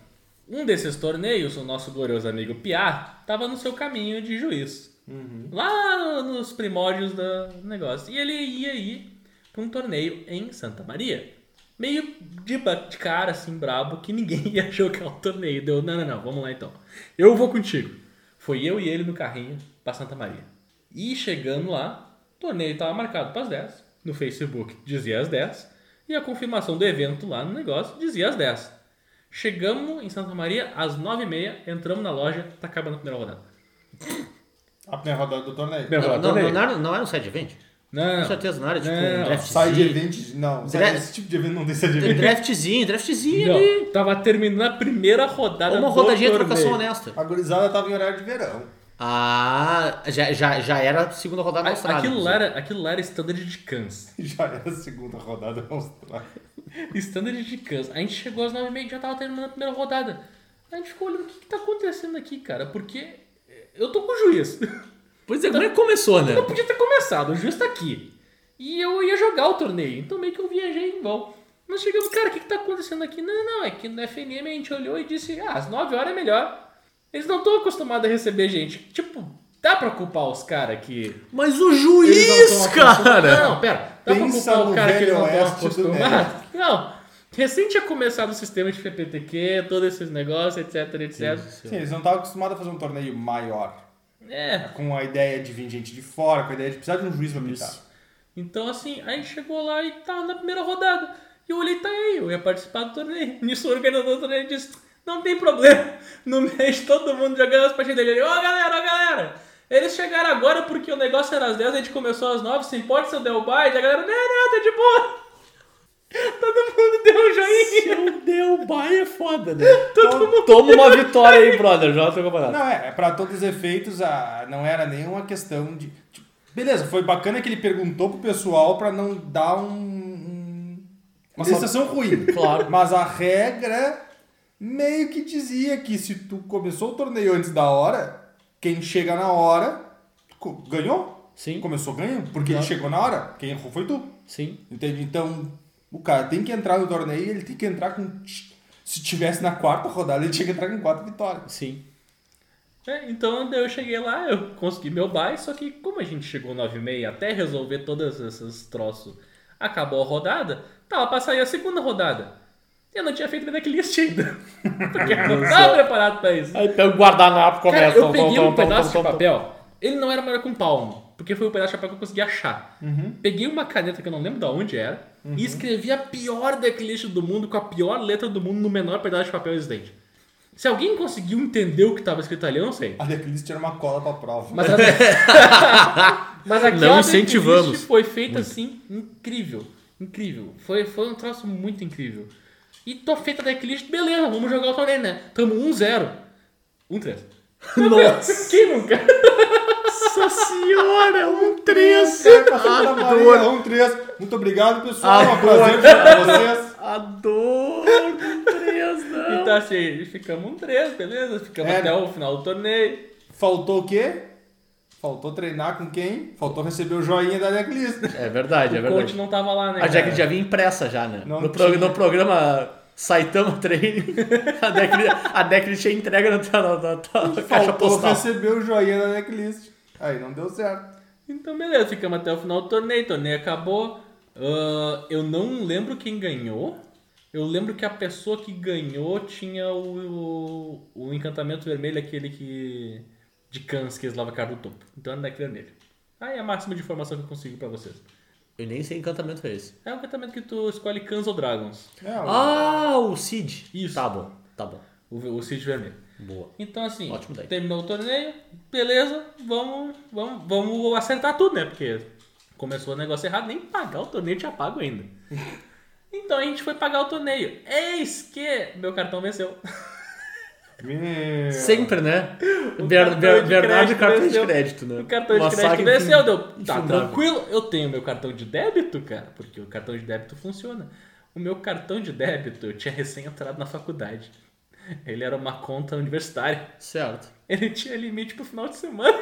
um desses torneios, o nosso glorioso amigo Piá, estava no seu caminho de juiz. Uhum. Lá no- nos primórdios do negócio. E ele ia ir para um torneio em Santa Maria. Meio de ba- de cara, assim, brabo, que ninguém ia jogar o torneio. Deu, não, não, não, vamos lá então. Eu vou contigo. Foi eu e ele no carrinho pra Santa Maria. E chegando lá, o torneio estava marcado para as 10. No Facebook dizia às 10. E a confirmação do evento lá no negócio dizia às 10. Chegamos em Santa Maria às 9h30, entramos na loja, tá acabando a primeira rodada. A primeira rodada do torneio. Primeira rodada, Não, torneio. não, era, não era um side event? Não, não, Com não. certeza, não era tipo Não, não, um draftzinho. Sai de evento. Não, sai- Dra- esse tipo de evento não tem side Tem event. Draftzinho, draftzinho Não, ali. Tava terminando a primeira rodada um Uma do rodadinha de torneio. trocação né? honesta. A gurizada tava em horário de verão. Ah, já, já, já era a segunda rodada na A- Austrália. Aquilo lá, era, aquilo lá era standard de Cans. Já era a segunda rodada da Austrália. standard de Cans. A gente chegou às 9h30 e já tava terminando a primeira rodada. A gente ficou olhando o que, que tá acontecendo aqui, cara, porque eu tô com o juiz. Pois é, como é que começou, né? Eu Então podia ter começado, o juiz tá aqui. E eu ia jogar o torneio, então meio que eu viajei em vão. Nós chegamos, cara, o que, que tá acontecendo aqui? Não, não, não, é que no FNM a gente olhou e disse, ah, às 9 horas é melhor. Eles não estão acostumados a receber gente. Tipo, dá pra culpar os caras que. Mas o eles não tão juiz, acostumados- Não, cara! não, pera. Dá Pensa pra culpar no o cara que eles não velho estão oeste do acostumados. Não. Recém tinha começado o sistema de PPTQ, todos esses negócios, etc, etc. Sim, eles não estavam acostumados a fazer um torneio maior. É, Com a ideia de vir gente de fora, com a ideia de precisar de um juiz pra militar. Então, assim, a gente chegou lá e tava na primeira rodada. E eu olhei, tá aí, eu ia participar do torneio. Nisso, o organizador do torneio disse: não tem problema. No mês, todo mundo jogando as partidas dele. Ele, Ó, galera, ó, galera. Eles chegaram agora porque o negócio era às 10, a gente começou às 9. Se importa se eu der o bite? A galera, não, não, tá de boa. Todo mundo deu um joinha. Meu Deus, o Bahia é foda, né? Toma uma vitória aí, brother. Joga o campeonato. Não, é, pra todos os efeitos, a, não era nenhuma questão de. tipo, beleza, foi bacana que ele perguntou pro pessoal pra não dar um. um- uma sensação ruim. Claro. Mas a regra meio que dizia que se tu começou o torneio antes da hora, quem chega na hora co- ganhou. Sim. Começou ganho, porque ele chegou na hora. Quem errou foi tu. Sim. Entende? Então, o cara tem que entrar no torneio e ele tem que entrar com. Se tivesse na quarta rodada, ele tinha que entrar com quatro vitórias. Sim. É, então daí eu cheguei lá, eu consegui meu bye, só que como a gente chegou 9h30 até resolver todas essas troços, acabou a rodada, tava pra sair a segunda rodada. Eu não tinha feito minha decklist ainda. Porque eu não tava preparado pra isso. Aí pega o guardanapo e começa. Cara, eu peguei Tom, tom, um tom, pedaço tom, de tom, tom. papel. Ele não era maior que um palmo, porque foi o pedaço de papel que eu consegui achar. Uhum. Peguei uma caneta que eu não lembro de onde era e escrevi a pior decklist do mundo com a pior letra do mundo no menor pedaço de papel existente. Se alguém conseguiu entender o que estava escrito ali, eu não sei. A declist era uma cola pra prova. é Mas, a... Mas aquela Não incentivamos. decklist foi feita assim, incrível. Incrível. Foi, foi um troço muito incrível. E tô feita a decklist, beleza, vamos jogar o torneio, né? Tamo 1-0. 1-3. Nossa. Quem nunca? Nossa senhora, um 3. Adoro. Um, três. Muito obrigado, Ah, pessoal. É um prazer falar com vocês. Adoro um 3, não. Então assim, ficamos um 3, beleza? Ficamos É. até o final do torneio. Faltou o quê? Faltou treinar com quem? Faltou receber o joinha da declist. É verdade, é o coach verdade. não tava lá, né? A cara? Jack já vinha impressa já, né? Não No, pro- tinha. no programa Saitama Training, a Decklist a Decklist é entrega na, na, na, na caixa Faltou postal. receber o joinha da declist. Aí não deu certo. Então beleza, ficamos até o final do torneio, o torneio acabou. Ah, eu não lembro quem ganhou. Eu lembro que a pessoa que ganhou tinha o, o, o encantamento vermelho, aquele que. de cães que eslava a cara do topo. Então era daquele vermelho. Aí é a máxima de informação que eu consigo pra vocês. Eu nem sei que encantamento é esse. É o encantamento que tu escolhe cães ou dragons. É, Ah, o Cid. Isso. Tá bom, tá bom. O, o Cid vermelho. Boa. Então assim, Ótimo daí. terminou o torneio, beleza, vamos, vamos, vamos acertar tudo, né? Porque começou o negócio errado, nem pagar o torneio tinha pago ainda. então a gente foi pagar o torneio. Eis que meu cartão venceu. Meu. Sempre, né? É. O Ber, cartão Ber, de Bernardo crédito cartão de venceu. crédito, né? O cartão de Uma crédito saga venceu, infin- deu. Tá infindável. tranquilo, eu tenho meu cartão de débito, cara, porque o cartão de débito funciona. O meu cartão de débito, eu tinha recém entrado na faculdade. Ele era uma conta universitária. Certo. Ele tinha limite pro final de semana.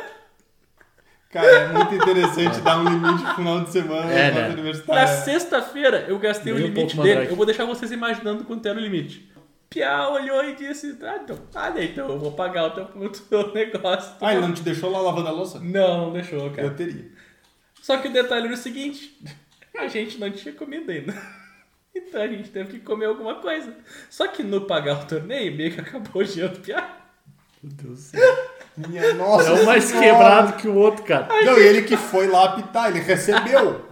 Cara, é muito interessante dar um limite no final de semana É, na né? Na universidade. sexta-feira eu gastei Nem o um limite pouco dele. mandrake. Eu vou deixar vocês imaginando quanto era o limite. Piá olhou e disse: Ah, então, ah, né, então eu vou pagar o teu, o teu negócio. Ah, ele não te deixou lá lavando a louça? Não, não deixou, cara. Eu teria. Só que o detalhe era o seguinte: a gente não tinha comida ainda. Então a gente teve que comer alguma coisa. Só que no pagar o torneio, meio que acabou o dinheiro do Piá. Minha nossa. É um mais Senhora. quebrado que o outro, cara. Não, e ele que foi lá apitar, ele recebeu.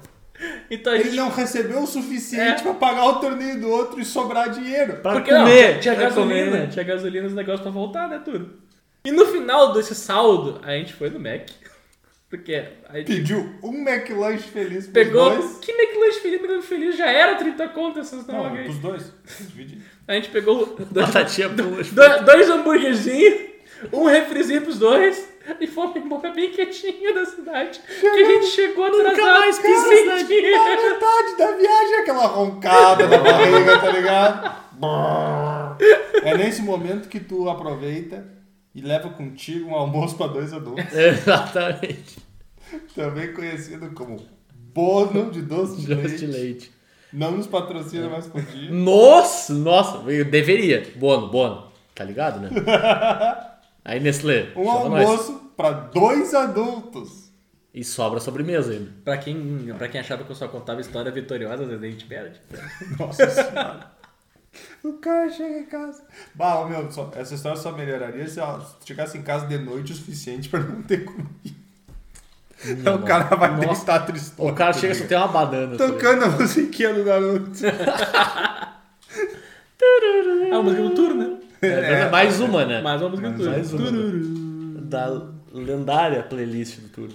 Então a Ele gente. não recebeu o suficiente É. pra pagar o torneio do outro e sobrar dinheiro. Pra Porque comer. não, tinha pra gasolina, comer, né? tinha gasolina os negócios pra voltar, né, tudo. E no final desse saldo, a gente foi no Mac. Porque a gente Pediu um McLanche feliz pros Pegou. dois. Que McLanche feliz, McLanche feliz, já era 30 contas essas não, Não, é alguém. pros dois. Dividi. A gente pegou dois, Batatinha pula. do- dois hambúrguerzinhos, um refrizinho pros dois e fomos embora bem quietinho da cidade. que a gente chegou atrasado mais quis sem na cidade. dinheiro. A metade da viagem é aquela roncada na barriga, tá ligado? É nesse momento que tu aproveita e leva contigo um almoço pra dois adultos, Exatamente. também conhecido como bono de doce de Doce de leite. leite. Hum. Não nos patrocina mais por dia. Nossa, nossa, eu deveria. Bono, bono. Tá ligado, né? Aí, Nestlé, Um chama nós. almoço pra dois adultos. E sobra sobremesa ainda. Pra quem, pra quem achava que eu só contava história vitoriosa, às vezes a gente perde. Nossa senhora. O cara chega em casa. Bah, ô, meu, só- essa história só melhoraria se ela chegasse em casa de noite o suficiente pra não ter comida. Então o cara vai Nossa. deitar tristão. O cara chega e só tem uma banana. tá ligado? Tocando a musiquinha do garoto. É uma música noturna. É, mais uma, né? Mais uma música noturna. Mais uma. Da lendária playlist do Tour.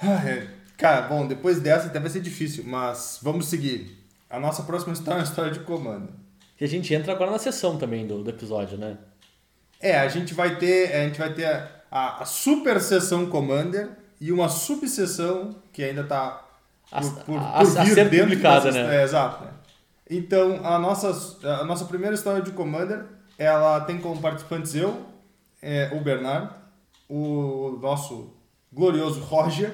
Ah, é. Cara, bom, depois dessa até vai ser difícil, mas vamos seguir. A nossa próxima história é uma história de comando. Que a gente entra agora na sessão também do, do episódio, né? É, a gente vai ter, a gente vai ter a, a- a super sessão Commander e uma subseção que ainda tá A- a- a ser publicada, dessas- né? É, exato. né? Então, a nossa, a nossa primeira história de Commander, ela tem como participantes eu, é, o Bernardo, o nosso glorioso Roger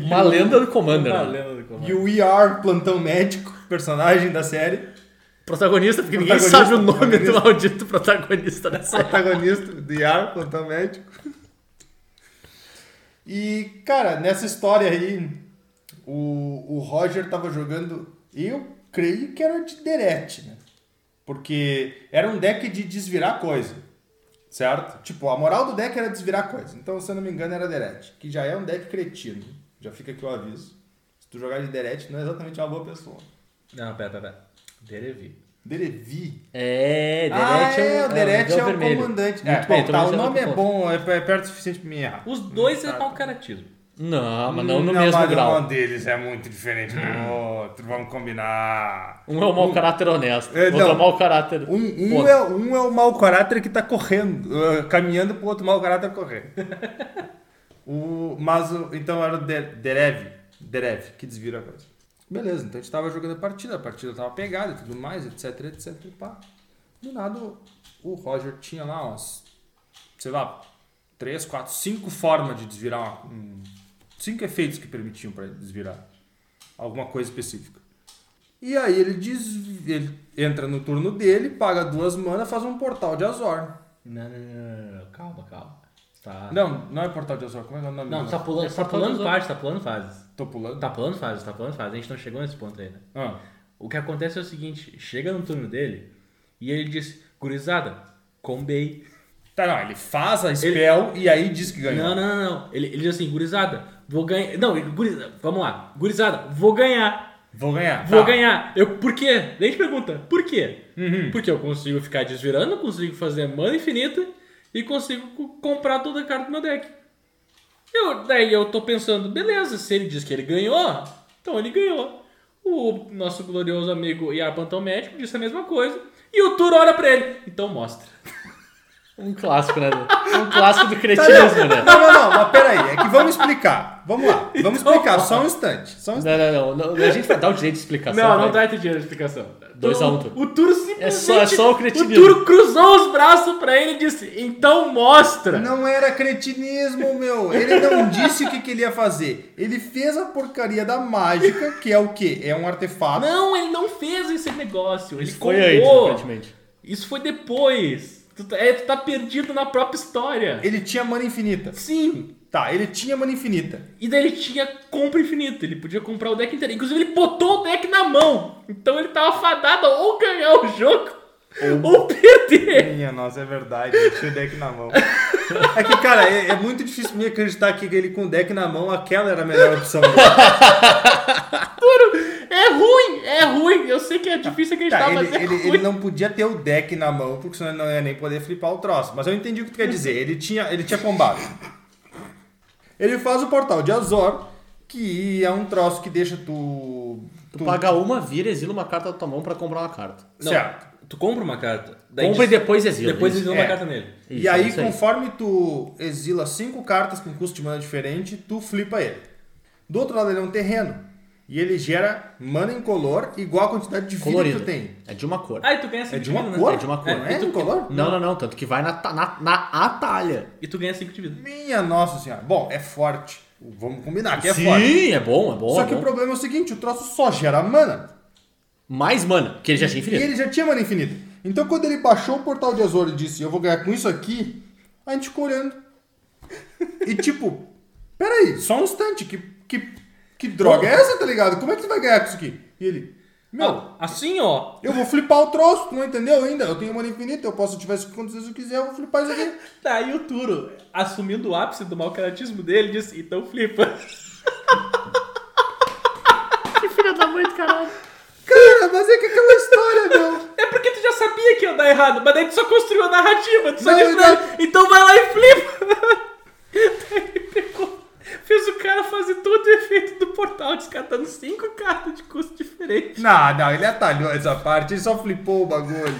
Uma lenda do Commander. Tá né? lendo do comando. e o ER Plantão Médico, personagem da série, Protagonista, porque ninguém sabe Protagonista, o nome do protagonista. maldito protagonista né? dessa. protagonista do ER Plantão Médico. E, cara, nessa história aí, o, o Roger tava jogando. Eu creio que era de Derete, né? Porque era um deck de desvirar coisa. Certo? Tipo, a moral do deck era desvirar coisa. Então, se eu não me engano, era Derete. Que já é um deck cretino. Já fica aqui o aviso. Se tu jogar de Derete, não é exatamente uma boa pessoa. Não, pera, pera, pera. Derevi. Derevi. É, Ah, Deret é, o Derete é, anel o vermelho. comandante. Muito então é, bom, é, tô tá, o merecendo nome é outro bom, é é perto o suficiente pra mim errar. Os dois é mau caratismo. Não, mas não no mesmo mas grau. Hum. Um deles é muito diferente do outro, vamos combinar. Um é o mau caráter honesto, É, outro é não. o mau caráter. Um, um, Foda. é, um é o mau caráter que tá correndo, ah, caminhando pro outro mau caráter correr. o, mas, o- então era o De- Derev, Derev, que desvira a coisa. Beleza, então a gente tava jogando a partida, a partida tava pegada e tudo mais, etc, etc, e pá. Do nada, o- o Roger tinha lá uns, sei lá, três, quatro, cinco formas de desvirar, uma- um, cinco efeitos que permitiam para desvirar alguma coisa específica. E aí ele diz. Ele entra no turno dele, paga duas mana, faz um portal de Azor. Não, não, não, não, não. Calma, calma. Tá. Não, não é portal de Azor, como é que é o nome Não, do- tá pulando, tá pulando fases, tá pulando fases. Tô pulando. Tá pulando fases, tá pulando fases. A gente não chegou nesse ponto ainda. Ah. O que acontece é o seguinte, chega no turno dele e ele diz, gurizada, combei. Tá, não, ele faz a spell e aí diz que ganhou. Não, não, não, não. Ele, ele diz assim, gurizada, vou ganhar. Não, ele- guriza, vamos lá. Gurizada, vou ganhar. Vou ganhar. Vou tá. ganhar. Eu, por quê? Daí a gente pergunta, por quê? Uhum. Porque eu consigo ficar desvirando, consigo fazer mana infinita e consigo co- comprar toda a carta do meu deck. Eu, daí eu tô pensando, beleza, se ele diz que ele ganhou, então ele ganhou. O nosso glorioso amigo Iar Pantão Médico disse a mesma coisa. E o Turo olha pra ele. Então mostra. Um clássico, né? Um clássico do cretinismo, né? Não, não, não, mas peraí, é que vamos explicar. Vamos lá, vamos explicar, só um instante. Só um instante. Não, não, não, não. A gente vai dar o direito de explicação. Não, vai. não dá esse dinheiro de explicação. Dois O- a um, Turo. O Turo simplesmente. É só- é só o cretinismo. Turo cruzou os braços pra ele e disse: então mostra. Não era cretinismo, meu. Ele não disse o que, que ele ia fazer. Ele fez a porcaria da mágica, que é o quê? É um artefato. Não, ele não fez esse negócio. Ele Foi comprou. antes, aparentemente. Isso foi depois. Tu, tá- é, tu tá perdido na própria história. Ele tinha mana infinita. Sim. Tá, ele tinha mana infinita. E daí ele tinha compra infinita. Ele podia comprar o deck inteiro. Inclusive, ele botou o deck na mão. Então ele tava fadado a ou ganhar o jogo ou perder. Minha nossa, é verdade. Eu tinha o deck na mão. É que, cara, é, é muito difícil me acreditar que ele com o deck na mão, aquela era a melhor opção. Tá, É ruim, é ruim. Eu sei que é difícil acreditar, Tá, ele, mas é ele, ruim. ele não podia ter o deck na mão, porque senão ele não ia nem poder flipar o troço. Mas eu entendi o que tu quer dizer. Ele tinha, ele tinha combate. Ele faz o portal de Azor, que é um troço que deixa tu. Tu paga uma, vira, exila uma carta da tua mão pra comprar uma carta. Não, Certo. Assim, Tu compra uma carta. daí Compra e diz- depois exila. Depois Isso. eles dão uma É. carta nele. Isso, e é aí, isso conforme tu exila cinco cartas com custo de mana diferente, tu flipa ele. Do outro lado, ele é um terreno. E ele gera mana incolor igual a quantidade de vida Colorido. que tu tem. É de uma cor. Ah, e tu ganha cinco É de uma vida, cor? É Né? de uma cor. Não é incolor? Não, não, não. Tanto que vai na, ta- na, na atalha. E tu ganha 5 de vida. Minha nossa senhora. Bom, é forte. Vamos combinar que é Sim, forte. é bom, é bom. Só é que bom. o problema é o seguinte, o troço só gera mana. Mais mana, porque ele já tinha E infinito. ele já tinha mana infinita. Então quando ele baixou o portal de Azor e disse, eu vou ganhar com isso aqui, a gente ficou olhando. E tipo, peraí, só um instante, que, que, que droga é essa, tá ligado? Como é que tu vai ganhar com isso aqui? E ele, Meu, Assim, ó. eu vou flipar o troço, tu não entendeu ainda? Eu tenho mana infinita, eu posso tiver quantas vezes eu quiser, eu vou flipar isso aqui. Tá, e o Turo, assumindo o ápice do mau caratismo dele, disse, então flipa. Que filha da mãe do caralho. Cara, mas é que aquela história, meu. É porque tu já sabia que ia dar errado, mas daí tu só construiu a narrativa, tu só Não, disse pra não. ele, então vai lá e flipa. daí ele pegou, fez o cara fazer todo o efeito do portal, descartando cinco cartas de custo diferente. Não, não, ele atalhou essa parte, ele só flipou o bagulho.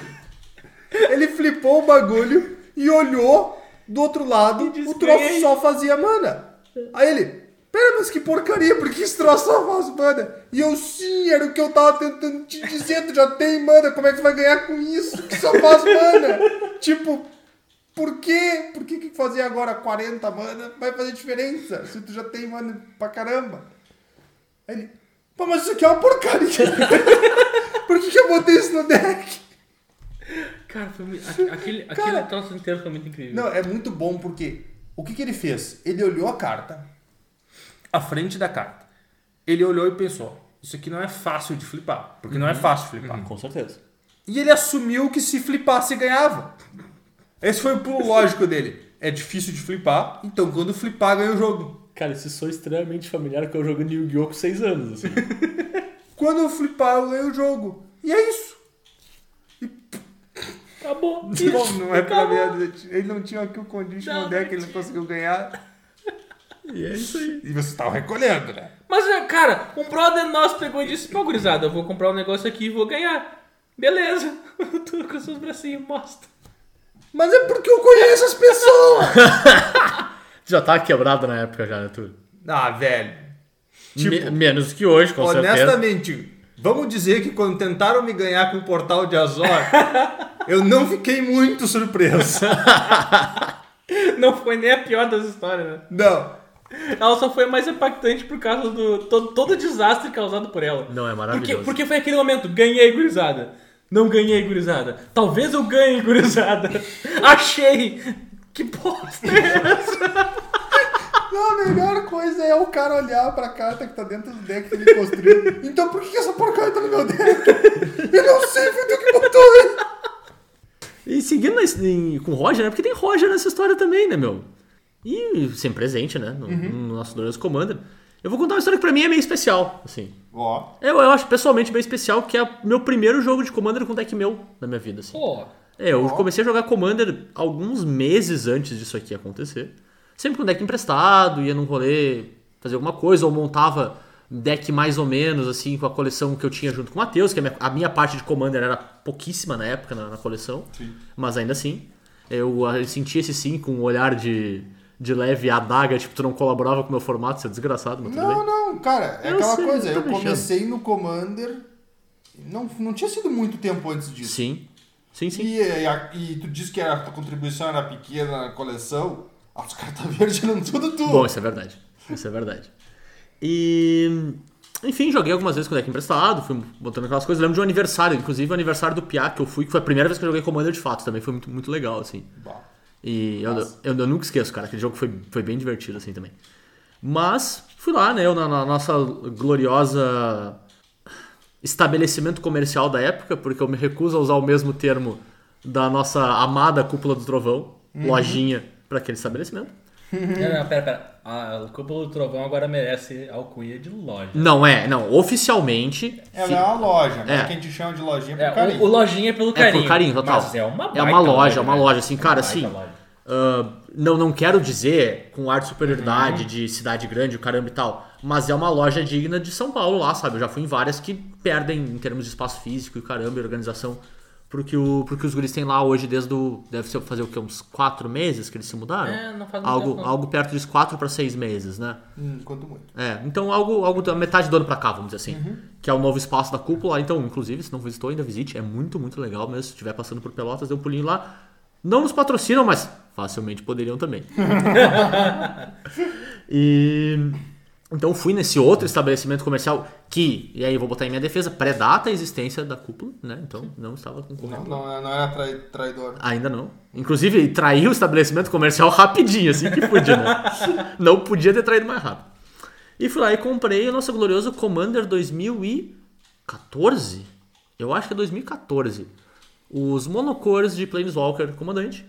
Ele flipou o bagulho e olhou do outro lado, disse, o troço "Ganhei." só fazia mana. Aí ele, pera, mas que porcaria, por que esse troço só faz mana? E eu, sim, era o que eu tava tentando te dizer, tu já tem mana, como é que tu vai ganhar com isso, que só faz mana? tipo, por quê? Por que que fazer agora 40 mana vai fazer diferença, se tu já tem mana pra caramba? Aí ele, pô, mas isso aqui é uma porcaria. Por que, que eu botei isso no deck? Cara, foi muito, aque- aquele, Cara. aquele troço inteiro foi muito incrível. Não, é muito bom porque o que, que ele fez? Ele olhou a carta, a frente da carta. Ele olhou e pensou: isso aqui não é fácil de flipar, porque não é fácil flipar. Com certeza. E ele assumiu que se flipasse ganhava. Esse foi o pulo lógico dele. É difícil de flipar, então quando flipar ganha o jogo. Cara, isso sou extremamente familiar com eu jogando Yu-Gi-Oh! com 6 anos, assim. Quando eu flipar eu ganho o jogo. E é isso. Acabou. Bom, não é pra ver. Ele não tinha aqui o condition no deck, ele não conseguiu ganhar. e é isso aí. E você tava recolhendo, né? Mas, é, cara, um brother nosso pegou e disse: Pô, gurizada, eu vou comprar um negócio aqui e vou ganhar. Beleza. O Turo com seus bracinhos mostra. Mas é porque eu conheço as pessoas. Já tava quebrado na época já, né, tu? Ah, velho. Tipo, Me- menos que hoje, com certeza. honestamente, vamos dizer que quando tentaram me ganhar com o portal de Azor, eu não fiquei muito surpreso. Não foi nem a pior das histórias, né? Não. Ela só foi mais impactante por causa do todo, todo o desastre causado por ela. Não, é Porque, maravilhoso. porque foi aquele momento, ganhei gurizada. Não ganhei gurizada. Talvez eu ganhe gurizada. Achei. Que bosta é essa? Não, a melhor coisa é o cara olhar pra carta que tá dentro do deck que ele construiu. Então por que que essa porcaria tá no meu deck? Eu não sei, foi tu que botou ele. E seguindo na- em- com o Roger, né? Porque tem Roger nessa história também, né, meu? E sempre presente, né? No, Uhum. no nosso Dungeons Commander. Eu vou contar uma história que pra mim é meio especial, assim. Ó. Eu, eu acho pessoalmente bem especial, que é meu primeiro jogo de Commander com deck meu na minha vida, assim. Pô, É, eu comecei a jogar Commander alguns meses antes disso aqui acontecer. Sempre com deck emprestado, ia num rolê fazer alguma coisa, ou montava um deck mais ou menos, assim, com a coleção que eu tinha junto com o Matheus, que a minha, a minha parte de Commander era pouquíssima na época, na, na coleção. Mas ainda assim, eu ah, senti esse sim com um olhar de, de leve adaga, tipo, tu não colaborava com o meu formato, seu desgraçado, mas tudo bem. Não, não, cara, é Eu aquela sei, coisa. eu tô Eu mexendo. comecei no Commander. Não, não tinha sido muito tempo antes disso. Sim, sim, sim. E, e a- e tu disse que a tua contribuição era pequena na coleção. Ah, Os caras tá virando tudo tu. Bom, isso é verdade. Isso é verdade. E. Enfim, joguei algumas vezes com o deck emprestado, fui botando aquelas coisas. Lembro de um aniversário, inclusive o aniversário do Piá que eu fui, que foi a primeira vez que eu joguei Commander de fato também. Foi muito, muito legal, assim. Bah. E eu, eu, eu nunca esqueço, cara. Aquele jogo foi, foi bem divertido, assim, também. Mas fui lá, né? Eu na, na nossa gloriosa estabelecimento comercial da época, porque eu me recuso a usar o mesmo termo da nossa amada cúpula do trovão, lojinha, pra aquele estabelecimento. não, não, pera, pera. A Cúpula do Trovão agora merece alcunha de loja. Não é, não. Oficialmente. Ela fi- é uma loja, né? É. Que a gente chama de lojinha por É, carinho. o, o lojinha é pelo É carinho. por carinho, total. Mas é uma baita É uma loja, é uma né? loja, assim, cara, Baita assim. loja. ah, não, não quero dizer com ar de superioridade Uhum. de cidade grande, o caramba e tal, mas é uma loja digna de São Paulo lá, sabe? Eu já fui em várias que perdem em termos de espaço físico e caramba, e organização pro que, o, pro que os guris têm lá hoje desde o... Deve ser fazer o quê? Uns quatro meses que eles se mudaram? É, não faz muito algo, tempo, não. algo perto dos quatro para seis meses, né? Hum, quanto muito. É, então algo, algo da metade do ano pra cá, vamos dizer assim. Que é o novo espaço da cúpula. Então, inclusive, se não visitou, ainda visite. É muito, muito legal mesmo. Se estiver passando por Pelotas, dê um pulinho lá. Não nos patrocinam, mas facilmente poderiam também. e. Então fui nesse outro estabelecimento comercial que, e aí eu vou botar em minha defesa, predata a existência da cúpula, né? Então não estava Não, concorrendo. não, não era trai- traidor. Ainda não. Inclusive, traiu o estabelecimento comercial rapidinho, assim que podia, né? não podia ter traído mais rápido. E fui lá e comprei o nosso glorioso Commander 2014. 14? Eu acho que é 2014. Os monocores de Planeswalker Comandante.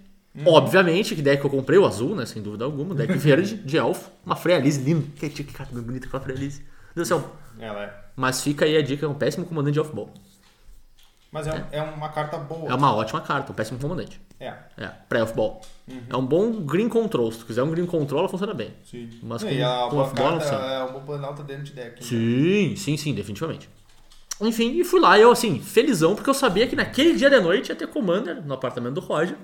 Obviamente, que deck que eu comprei, o azul, né? Sem dúvida alguma. Deck verde, de elfo. Uma Frealise lindo. Que tinha que carta bem bonita com a Frealise. Meu Deus do céu. Ela é. Mas fica aí a dica, é um péssimo comandante de elfo bom. Mas é, um- é uma carta boa. É uma ótima carta, um péssimo comandante. É, É, pra elfo ball. É um bom green control. Se tu quiser um green control, ela funciona bem. sim. Mas Não, com- e a com boa off-ball não carta serve. é uma planalta dentro de deck. Sim, sim, sim, definitivamente. Enfim, e fui lá, eu assim, felizão, porque eu sabia que naquele dia de noite ia ter Commander no apartamento do Roger.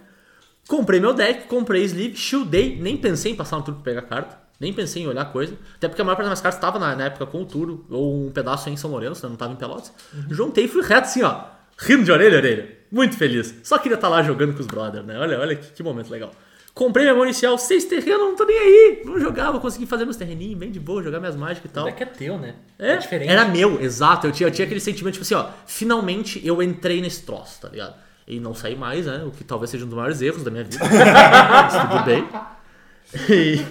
Comprei meu deck, comprei sleeve, shieldei, nem pensei em passar no turno pra pegar carta, nem pensei em olhar coisa. Até porque a maior parte das minhas cartas estava na, na época com o Turo, ou um pedaço em São Lourenço, né, não tava em Pelotas. Juntei e fui reto assim, ó, rindo de orelha a orelha. Muito feliz. Só queria estar lá jogando com os brothers, né? Olha, olha que, que momento legal. Comprei minha mão inicial, seis terrenos, não tô nem aí. Vou jogar, vou conseguir fazer meus terreninhos bem de boa, jogar minhas mágicas e tal. É que é teu, né? É, é diferente. Era meu, exato. Eu tinha, eu tinha aquele sentimento, tipo assim, ó, finalmente eu entrei nesse troço, tá ligado? E não saí mais, né? O que talvez seja um dos maiores erros da minha vida. Mas tudo bem. E...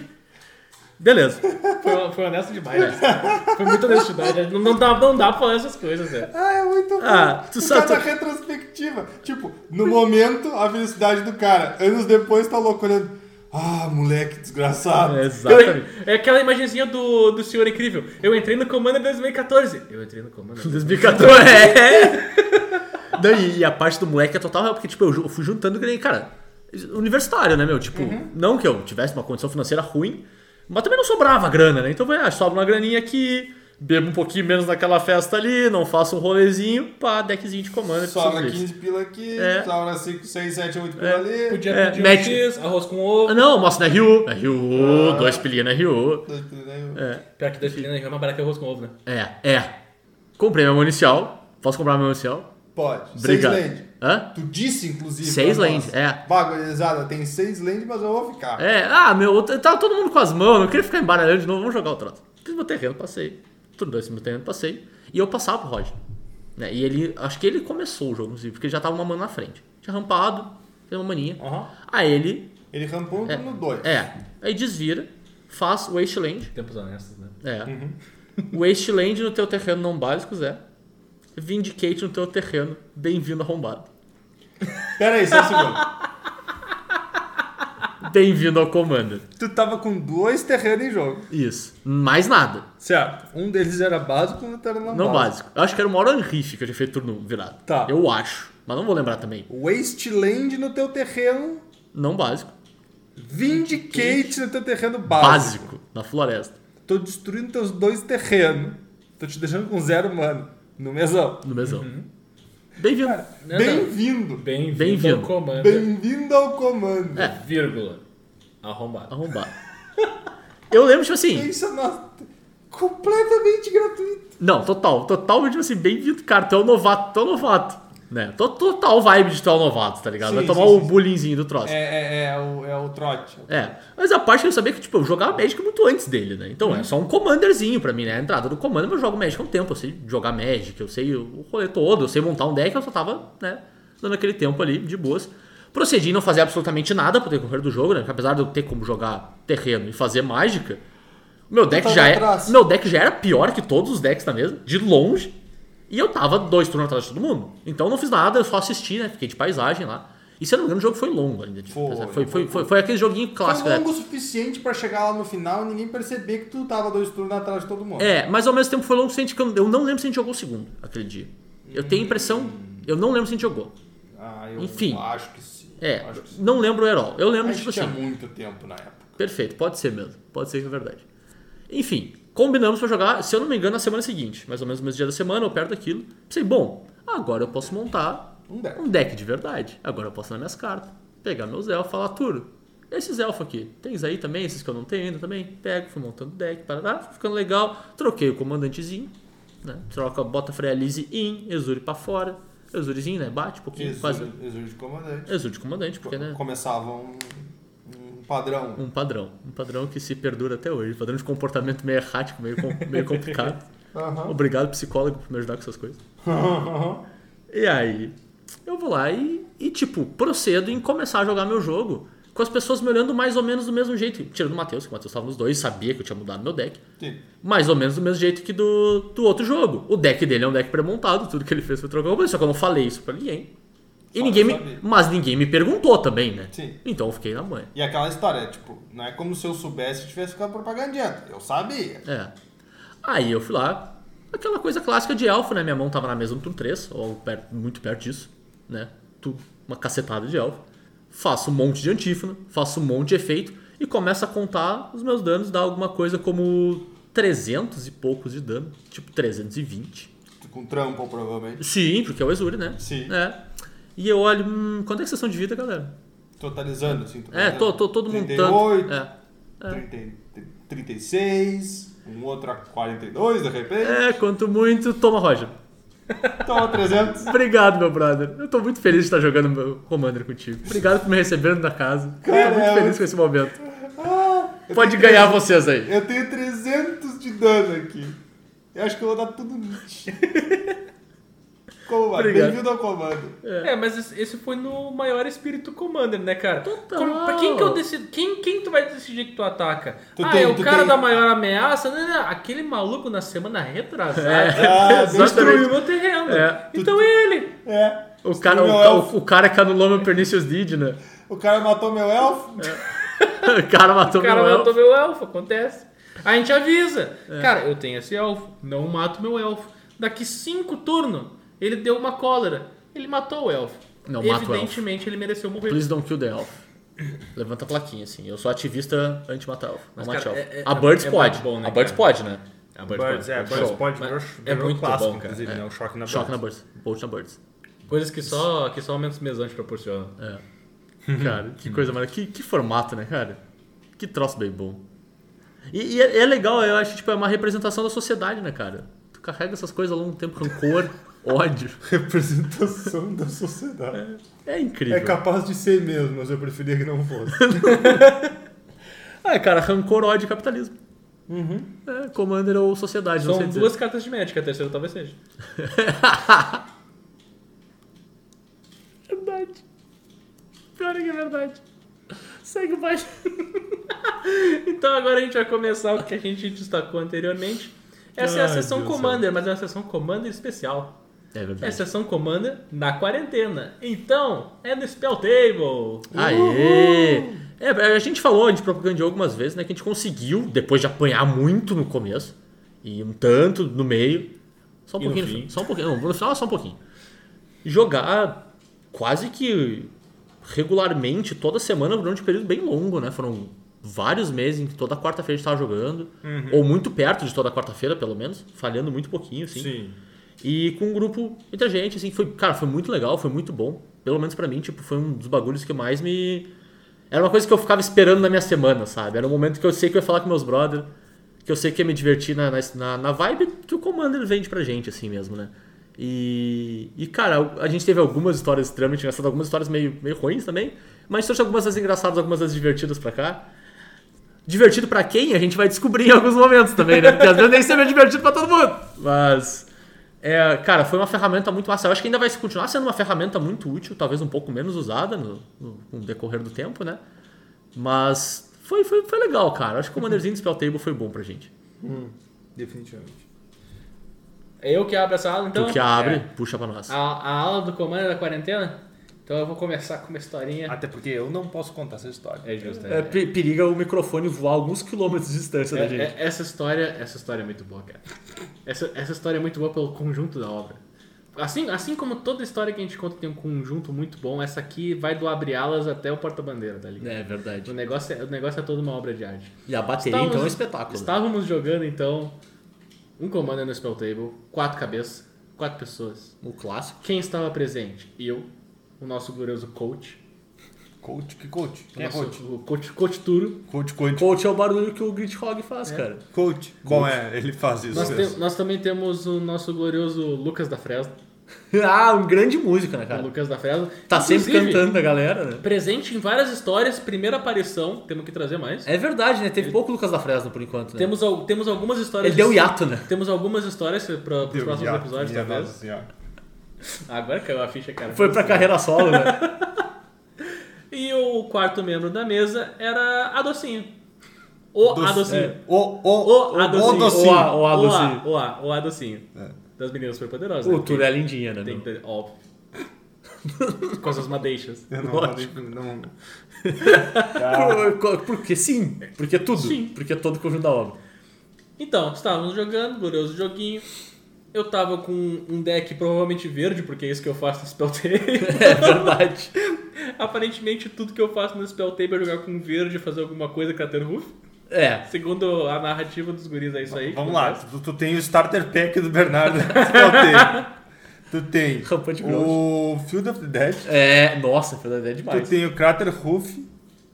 Beleza. Foi, foi honesto demais. né? Foi muita honestidade. Não, não, dá, não dá pra falar essas coisas, né? Ah, é muito Ah, bom. tu o sabe- cara retrospectiva. Tipo, no momento, a felicidade do cara. Anos depois, tá louco olhando. Ah, moleque desgraçado. Exatamente. É aquela imagenzinha do, do senhor incrível. Eu entrei no Commander em 2014. Eu entrei no Commander. em 2014. É. Não, e, e a parte do moleque é total real, porque, tipo, eu, ju- eu fui juntando que nem, cara, universitário, né, meu? Tipo, não que eu tivesse uma condição financeira ruim, mas também não sobrava grana, né? Então, vai, ah, sobra uma graninha aqui, bebo um pouquinho menos naquela festa ali, não faço um rolezinho, pá, deckzinho de comando. Sobra 15 pila aqui, É. sobra 5, 6, 7, 8 pila É. ali. Podia É, pedir match. um X, arroz com ovo. Ah, Não, mostra na RU, na RU, dois pilinhos na RU. Dois pila, né? Pior que dois filhinhos é mais barato que arroz com ovo, né? É, é. Comprei meu inicial, posso comprar meu inicial? Pode. Obrigado. Seis land. Hã? Tu disse, inclusive. Seis pra land, nós. é. Bagulhizada, tem seis land, mas eu vou ficar. É, ah, meu, eu tava todo mundo com as mãos, não queria ficar embaralhando de novo, vamos jogar o troço. Fiz meu terreno, passei. Tudo dois, meu terreno, passei. E eu passava pro Roger. Né? E ele, acho que ele começou o jogo, inclusive, porque ele já tava uma mano na frente. Tinha rampado, fez uma maninha. Aí ele, Ele rampou É. no 2. é, aí desvira, faz Wasteland. Tempos honestos, né? É. Uhum. Wasteland no teu terreno não básico, Zé. Vindicate no teu terreno, bem-vindo arrombado. Pera aí, só um segundo. Bem-vindo ao Commander. tu tava com dois terrenos em jogo. Isso. Mais nada. Certo. Um deles era básico, o outro era não, Não básico. Eu acho que era o maior Unriff que eu tinha feito turno virado. Tá. Eu acho. Mas não vou lembrar também. Wasteland no teu terreno. Não básico. Vindicate no teu terreno básico. Básico. Na floresta. Tô destruindo teus dois terrenos. Tô te deixando com zero mano. No mesão. No mesão. Uhum. Bem-vindo. Não, Bem-vindo. Bem-vindo Bem-vindo. ao Commander, Bem-vindo ao comando. É. vírgula, arrombado. Arrombado. Eu lembro, tipo assim. Isso é nosso- completamente gratuito. Não, total. Total, tipo assim, bem-vindo, cara. Tu é um novato, tu é um novato. Né? To- Total vibe de tu é um novato, tá ligado? Sim, Vai tomar sim, o sim, sim. bullyingzinho do troço. É, é, é, o, é o trote. É, mas a parte que eu sabia que, tipo, eu jogava Magic muito antes dele, né? Então é Uhum. só um Commanderzinho pra mim, né? A entrada do Commander, mas eu jogo Magic há um tempo. Eu sei jogar Magic, eu sei o rolê todo, eu sei montar um deck, eu só tava, né, dando aquele tempo ali, de boas. Procedi em não fazer absolutamente nada pro decorrer do jogo, né? Porque apesar de eu ter como jogar terreno e fazer mágica, meu deck, tava já era, um atrás. meu deck já era pior que todos os decks da mesa, de longe. E eu tava dois turnos atrás de todo mundo. Então eu não fiz nada, eu só assisti, né? Fiquei de paisagem lá. E se eu não me engano, o jogo foi longo ainda. de- Foi, foi, foi, foi, foi aquele joguinho clássico. Foi né? longo o suficiente pra chegar lá no final e ninguém perceber que tu tava dois turnos atrás de todo mundo. É, mas ao mesmo tempo foi longo sem que eu, eu não lembro se a gente jogou o segundo aquele dia. Eu tenho a impressão, eu não lembro se a gente jogou. Ah, eu Enfim. acho que sim. É, Acho que sim. não lembro o herói. Eu lembro Mas tipo tinha assim. muito tempo na época. Perfeito, pode ser mesmo. Pode ser que é verdade. Enfim, combinamos pra jogar, se eu não me engano, na semana seguinte, mais ou menos no mesmo dia da semana, ou perto daquilo. Pensei, bom, agora eu posso montar Um deck. um deck de verdade. Agora eu posso dar minhas cartas, pegar meus elfos, falar tudo. Esses elfos aqui, tens aí também, esses que eu não tenho ainda também. Pego, fui montando deck, parará, fui ficando legal. Troquei o comandantezinho, né? Troca, bota Frealise in, Exure pra fora. Exurezinho, né? Bate um pouquinho, quase. Exúdio de comandante. Exure de comandante, porque, né? Começava um, um padrão. Um padrão. Um padrão que se perdura até hoje. um Padrão de comportamento meio errático, meio, com- meio complicado. Aham. Obrigado, psicólogo, por me ajudar com essas coisas. E aí, eu vou lá e, e, tipo, procedo em começar a jogar meu jogo. com as pessoas me olhando mais ou menos do mesmo jeito. Tirando o Matheus, que o Matheus estava nos dois, sabia que eu tinha mudado meu deck. Sim. Mais ou menos do mesmo jeito que do, do outro jogo. O deck dele é um deck pré-montado, tudo que ele fez foi trocar o só que eu não falei isso pra ninguém. E Só ninguém pra me, saber. mas ninguém me perguntou também, né? Sim. Então eu fiquei na manha. E aquela história, tipo, não é como se eu soubesse e tivesse ficado propagandinha. Eu sabia. É. Aí eu fui lá, aquela coisa clássica de elfo, né? Minha mão tava na mesa no turno 3, ou per- muito perto disso, né? Tu- uma cacetada de elfo. Faço um monte de antífona, faço um monte de efeito e começo a contar os meus danos, dá alguma coisa como 300 e poucos de dano, tipo 320. Com trampo, provavelmente. Sim, porque é o Exuri, né? Sim. É. E eu olho, hum, quanto é que vocês estão de vida, galera? Totalizando, assim. É, totalizando. tô, tô todo mundo tanto. 38, É. 30, 36, um outro a 42, de repente. então, é, quanto muito, toma Roger. Toma 300. Obrigado, meu brother. Eu tô muito feliz de estar jogando meu Commander contigo. Obrigado por me recebendo na casa. Cara, tô muito é feliz ótimo. com esse momento. Ah, eu Pode tenho ganhar vocês aí. Eu tenho 300 de dano aqui. Eu acho que eu vou dar tudo no Nietzsche. Como vai? Obrigado. Bem-vindo ao comando. É, mas esse- esse foi no maior espírito Commander, né, cara? Total. Como- pra quem que eu decido? Quem, quem tu vai decidir que tu ataca? Tu ah, tem- é o tu cara tem- da maior ameaça? Não, não, não. Aquele maluco na semana retrasada Ah, bem- destruiu meu terreno. É. Então é ele. é. O cara, Meu o, elfo. o, o cara que anulou meu Pernicious Deed, né? O cara matou meu elfo? O cara matou O cara meu matou um elfo. É. meu elfo, acontece. A gente avisa. Cara, eu tenho esse elfo, não mato meu elfo. Daqui cinco turnos, ele deu uma cólera. Ele matou o elfo. Não mata o elfo. Evidentemente, ele mereceu morrer. Please don't kill the elf. Levanta a plaquinha, assim. Eu sou ativista anti-matar elfo. Não Mas, mate cara, elfo. é- é- a Birds é muito pode. bom, né, a Birds cara? pode, né? A Birds, é, Birds Show. pode, Mas virou, é virou muito clássico, bom, cara. inclusive, né? O choque na Choque na Birds. Birds. Bolt na Birds. Coisas que só, que só aumentos mesantes proporcionam. É. Cara, que coisa maravilhosa. Que, que formato, né, cara? Que troço bem bom. E, e é, é legal, eu acho, tipo, é uma representação da sociedade, né, cara? Tu carrega essas coisas ao longo do tempo, rancor, ódio. Representação da sociedade. É incrível. capaz de ser mesmo, mas eu preferia que não fosse. Ah, cara, rancor, ódio e capitalismo. É, Commander ou sociedade, não São sei dizer. duas cartas de médica, a terceira talvez seja. Verdade. Pior é que é verdade. Segue o baixo. Então agora a gente vai começar o que a gente destacou anteriormente. Essa é a Ai, sessão Deus Commander, mas é uma sessão Commander especial. É É a verdade. sessão Commander na quarentena. Então, é no Spell Table. Aê! É, a gente falou, a gente propagandeou algumas vezes, né? Que a gente conseguiu, depois de apanhar muito no começo, e um tanto no meio, só um E no pouquinho, no fim. fim, só um pouquinho, não, no final é só um pouquinho. Jogar quase que regularmente, toda semana, durante um período bem longo, né? Foram vários meses em que toda quarta-feira a gente tava jogando, Uhum. ou muito perto de toda quarta-feira, pelo menos, falhando muito pouquinho, assim. Sim. E com um grupo, muita gente, assim, foi, cara, foi muito legal, foi muito bom. Pelo menos pra mim, tipo, foi um dos bagulhos que mais me. Era uma coisa que eu ficava esperando na minha semana, sabe? Era um momento que eu sei que eu ia falar com meus brother, que eu sei que ia me divertir na, na, na vibe que o Commander vende pra gente, assim mesmo, né? E, e cara, a gente teve algumas histórias extremamente engraçadas, algumas histórias meio, meio ruins também, mas trouxe algumas das engraçadas, algumas das divertidas pra cá. Divertido pra quem? A gente vai descobrir em alguns momentos também, né? Porque às vezes nem sempre é divertido pra todo mundo. Mas, é, cara, foi uma ferramenta muito massa. Eu acho que ainda vai continuar sendo uma ferramenta muito útil, talvez um pouco menos usada no, no- com o decorrer do tempo, né? Mas foi, foi, foi legal, cara. Acho que o Commanderzinho do Spell Table foi bom pra gente. Definitivamente. É eu que abro essa ala, então? tu que abre, É. puxa pra nós. A, a ala do Commander da quarentena? Então eu vou começar com uma historinha. Até porque eu não posso contar essa história. É justo, É, pe- periga o microfone voar alguns quilômetros de distância É, é- essa história, essa história é muito boa, cara. Essa, essa história é muito boa pelo conjunto da obra. Assim, assim como toda história que a gente conta tem um conjunto muito bom, essa aqui vai do abre alas até o porta-bandeira, tá ligado? É O verdade. negócio é, o negócio é toda uma obra de arte. E a bateria, Estávamos- então, é um espetáculo. né? Estávamos jogando, então, um comando no spell table, quatro cabeças, quatro pessoas. O clássico. Quem estava presente? Eu, o nosso glorioso coach. Coach, que coach? o Quem é nosso- coach? O coach, coach Turo. Coach, coach. Coach é o barulho que o Groundhog faz, cara. Coach. Bom, é, ele faz isso. Nós, mesmo. tem- nós também temos o nosso glorioso Lucas da Fresno. ah, um grande músico, né, O cara? Lucas da Fresno. Tá sempre Inclusive, cantando a galera, né? Presente em várias histórias, primeira aparição, temos que trazer mais. É verdade, né? Teve pouco Lucas da Fresno por enquanto, né? Temos, al- temos algumas histórias. Ele deu de- hiato, né? Temos algumas histórias para os Deu próximos hiato, episódios, minha talvez. nossa senhora. Agora caiu a ficha, cara. Foi pra carreira solo, né? E o quarto membro da mesa era a Docinho. O Doce- a Docinho. é, O, o, O a Docinho. Docinho. O a- o a Docinho. O a, o a Docinho. Das meninas super poderosas. O Túlio é lindinha, né? Tem não? que ter, óbvio. Com as suas madeixas. Eu não, não- Por- por- Porque sim, porque tudo. Sim. Porque é todo o conjunto da obra. Então, estávamos jogando, glorioso joguinho. Eu tava com um deck provavelmente verde, porque é isso que eu faço no Spell Table. É verdade. Aparentemente, tudo que eu faço no Spell Table é jogar com verde, fazer alguma coisa com a Terruf. É. Segundo a narrativa dos guris, é isso aí. Vamos lá, tu, tu tem o starter pack do Bernardo. Spell Tape. tu tem Rampante o Field of the Dead, É. Nossa, foi é demais. tu tem o Crater Roof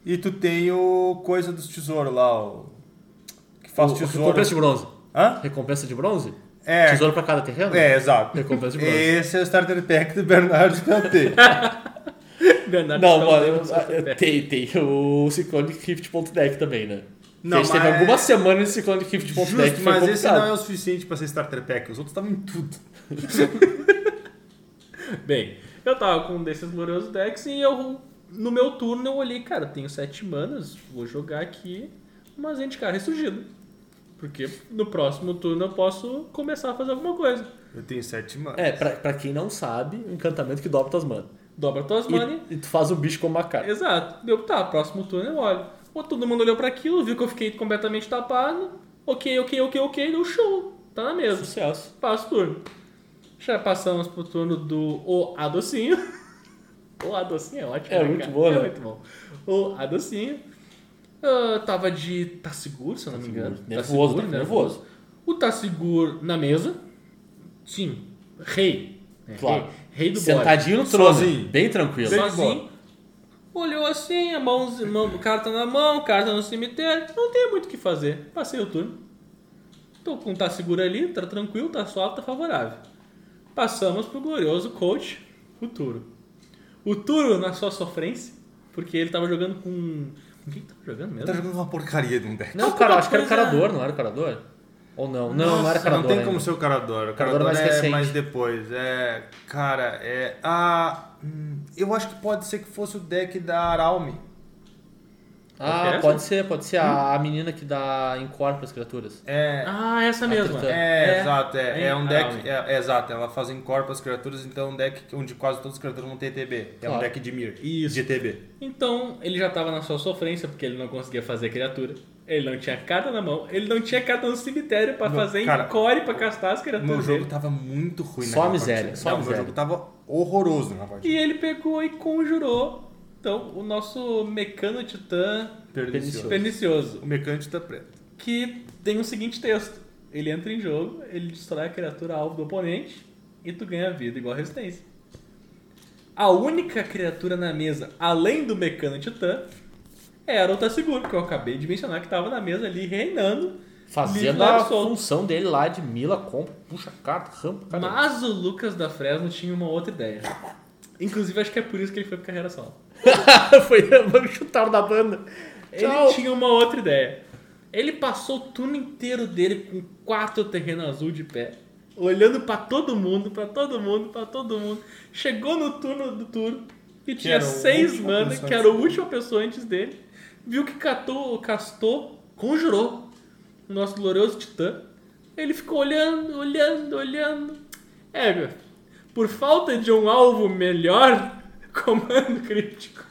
e tu tem o Coisa dos Tesouros lá, o... Que faz O- tesouro. recompensa de bronze. Hã? Recompensa de bronze? É. Tesouro pra cada terreno? É, exato. Recompensa de bronze. Esse é o starter pack do Bernardo Spell Tape. Bernardo Não, Stallone, mano, eu- Super Pet. tem, tem o Cyclonic Rift.deck também, né? Não, a gente teve mas- algumas semanas de Cyclonic Justo, Rift.deck que foi mas esse não é complicado. o suficiente pra ser starter pack. Os outros estavam em tudo. Bem, eu tava com um desses gloriosos decks e eu, no meu turno, eu olhei, cara, tenho sete manas, vou jogar aqui, mas a gente, cara, ressurgido. Porque no próximo turno eu posso começar a fazer alguma coisa. Eu tenho sete manas. É, pra, pra quem não sabe, um encantamento que dobra tuas manas. Dobra tuas money. E, e tu faz um bicho como uma carta. Exato. Deu, tá, próximo turno eu olho. Pô, todo mundo olhou pra aquilo, viu que eu fiquei completamente tapado. Ok, ok, ok, ok, deu show. Tá na mesa. É um Sucesso. Passa o turno. Já passamos pro turno do O Adocinho. O Adocinho é ótimo. É né, muito cara? bom, É né? muito bom. O Adocinho. ah, tava de Tassigur, se eu não me engano. seguro. Nervoso, tá nervoso. O Tassigur na mesa. Sim, rei. né, Claro. Rei, rei do bode. Sentadinho no trono. Sozinho. Bem tranquilo. Sozinho. Olhou assim, a mão, mão, carta na mão, carta no cemitério. Não tem muito o que fazer. Passei o turno. Tô com tá seguro ali, tá tranquilo, tá suave, tá favorável. Passamos pro glorioso coach, o Turo. O Turo na sua sofrência, porque ele tava jogando com. Com quem que tava jogando Tá mesmo? jogando uma porcaria de um deck. Não, cara, acho que era o Carador, não era o Carador? Ou não? Não, não era Nossa, Carador Não tem ainda. como ser o Carador. O Carador Carador, é mais é recente. mais depois. É, cara, é... Ah, hum, eu acho que pode ser que fosse o deck da Aralme. Ah, Oferece? pode ser, pode ser Hum. a, a menina que dá encorpa as criaturas. É, Ah, essa mesma. Tritão. é, exato. É, é um deck... Araume. É, é, exato, ela faz encorpa as criaturas, então é um deck onde quase todas as criaturas vão ter TB. É um Claro. deck de Mir. Isso. De TB. Então, ele já tava na sua sofrência, porque ele não conseguia fazer criatura. Ele não tinha carta na mão, ele não tinha carta no cemitério pra Não, fazer cara, core pra castar as O criaturas. meu jogo dele. tava muito ruim Só naquela a miséria, partida. só a Não, meu miséria. jogo tava horroroso na partida. E ele pegou e conjurou. Então, o nosso mecano titã Pernicioso. pernicioso, O mecânico tá preto. que tem o seguinte texto. Ele entra em jogo, ele destrói a criatura alvo do oponente e tu ganha vida igual a resistência. A única criatura na mesa, além do mecano titã, era o Tasseguro, que eu acabei de mencionar que tava na mesa ali reinando. Fazendo livre, a largo, solto. função dele lá de Mila, compra, puxa carta, rampa, cara. Mas o Lucas da Fresno tinha uma outra ideia. Inclusive, acho que é por isso que ele foi pra carreira solo. Foi me chutaram da banda. Ele Tchau. tinha uma outra ideia. Ele passou o turno inteiro dele com quatro terreno azul de pé, olhando pra todo mundo, pra todo mundo, pra todo mundo. Chegou no turno do turno e tinha era o seis último manas, pessoa que era a última pessoa antes dele. Viu que catou, castou, conjurou o nosso glorioso titã. Ele ficou olhando, olhando, olhando. É, meu, por falta de um alvo melhor, comando crítico.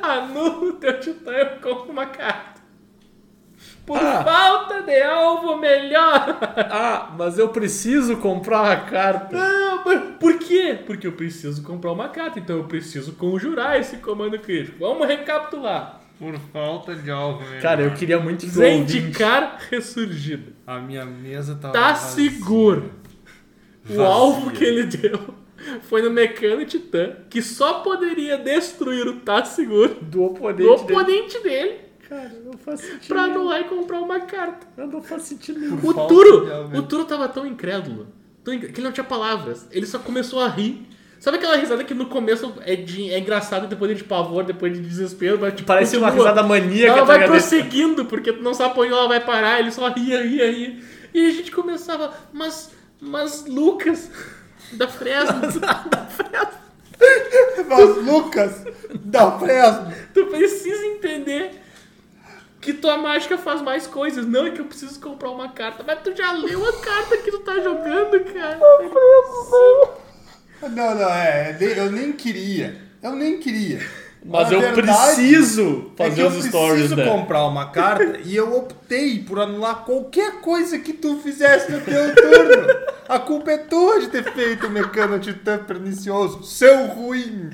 Anula o Ah, teu titã e eu compro uma carta. Por falta de alvo melhor. Ah, mas eu preciso comprar a carta. Não, por- por quê? Porque eu preciso comprar uma carta, então eu preciso conjurar esse comando crítico. Vamos recapitular. Por falta de algo, mesmo. Cara, eu queria muito que o Tipo ouvinte- Zendikar ressurgido. A minha mesa tava. Tá vazia. seguro. O Vazia. alvo que ele deu foi no Mecano Titã, que só poderia destruir o Tá Seguro do do oponente. dele. oponente dele Cara, não faz sentido. pra anular e comprar uma carta. Não, não faz sentido nenhum. O falta de Turo, argumento. o Turo tava tão incrédulo, tão incr- que ele não tinha palavras. Ele só começou a rir. Sabe aquela risada que no começo é, de, é engraçado, depois é de pavor, depois de desespero, mas tipo, Parece uma continua. risada maníaca. Ela tá vai ligado? prosseguindo, porque tu não sabe onde ela vai parar, ele só ria, ria, ria. E a gente começava, mas, mas Lucas, da Fresno, Mas Lucas, dá Fresno. Tu precisa entender que tua mágica faz mais coisas. Não é que eu preciso comprar uma carta. Mas tu já leu a carta que tu tá jogando, cara. Não, não, é. nem- Eu nem queria. Eu nem queria. Mas Na eu verdade, preciso é fazer que eu os stories né? preciso dela. comprar uma carta e eu optei por anular qualquer coisa que tu fizesse no teu turno. A culpa é tua de ter feito o Mecano Titã Pernicioso, seu ruim.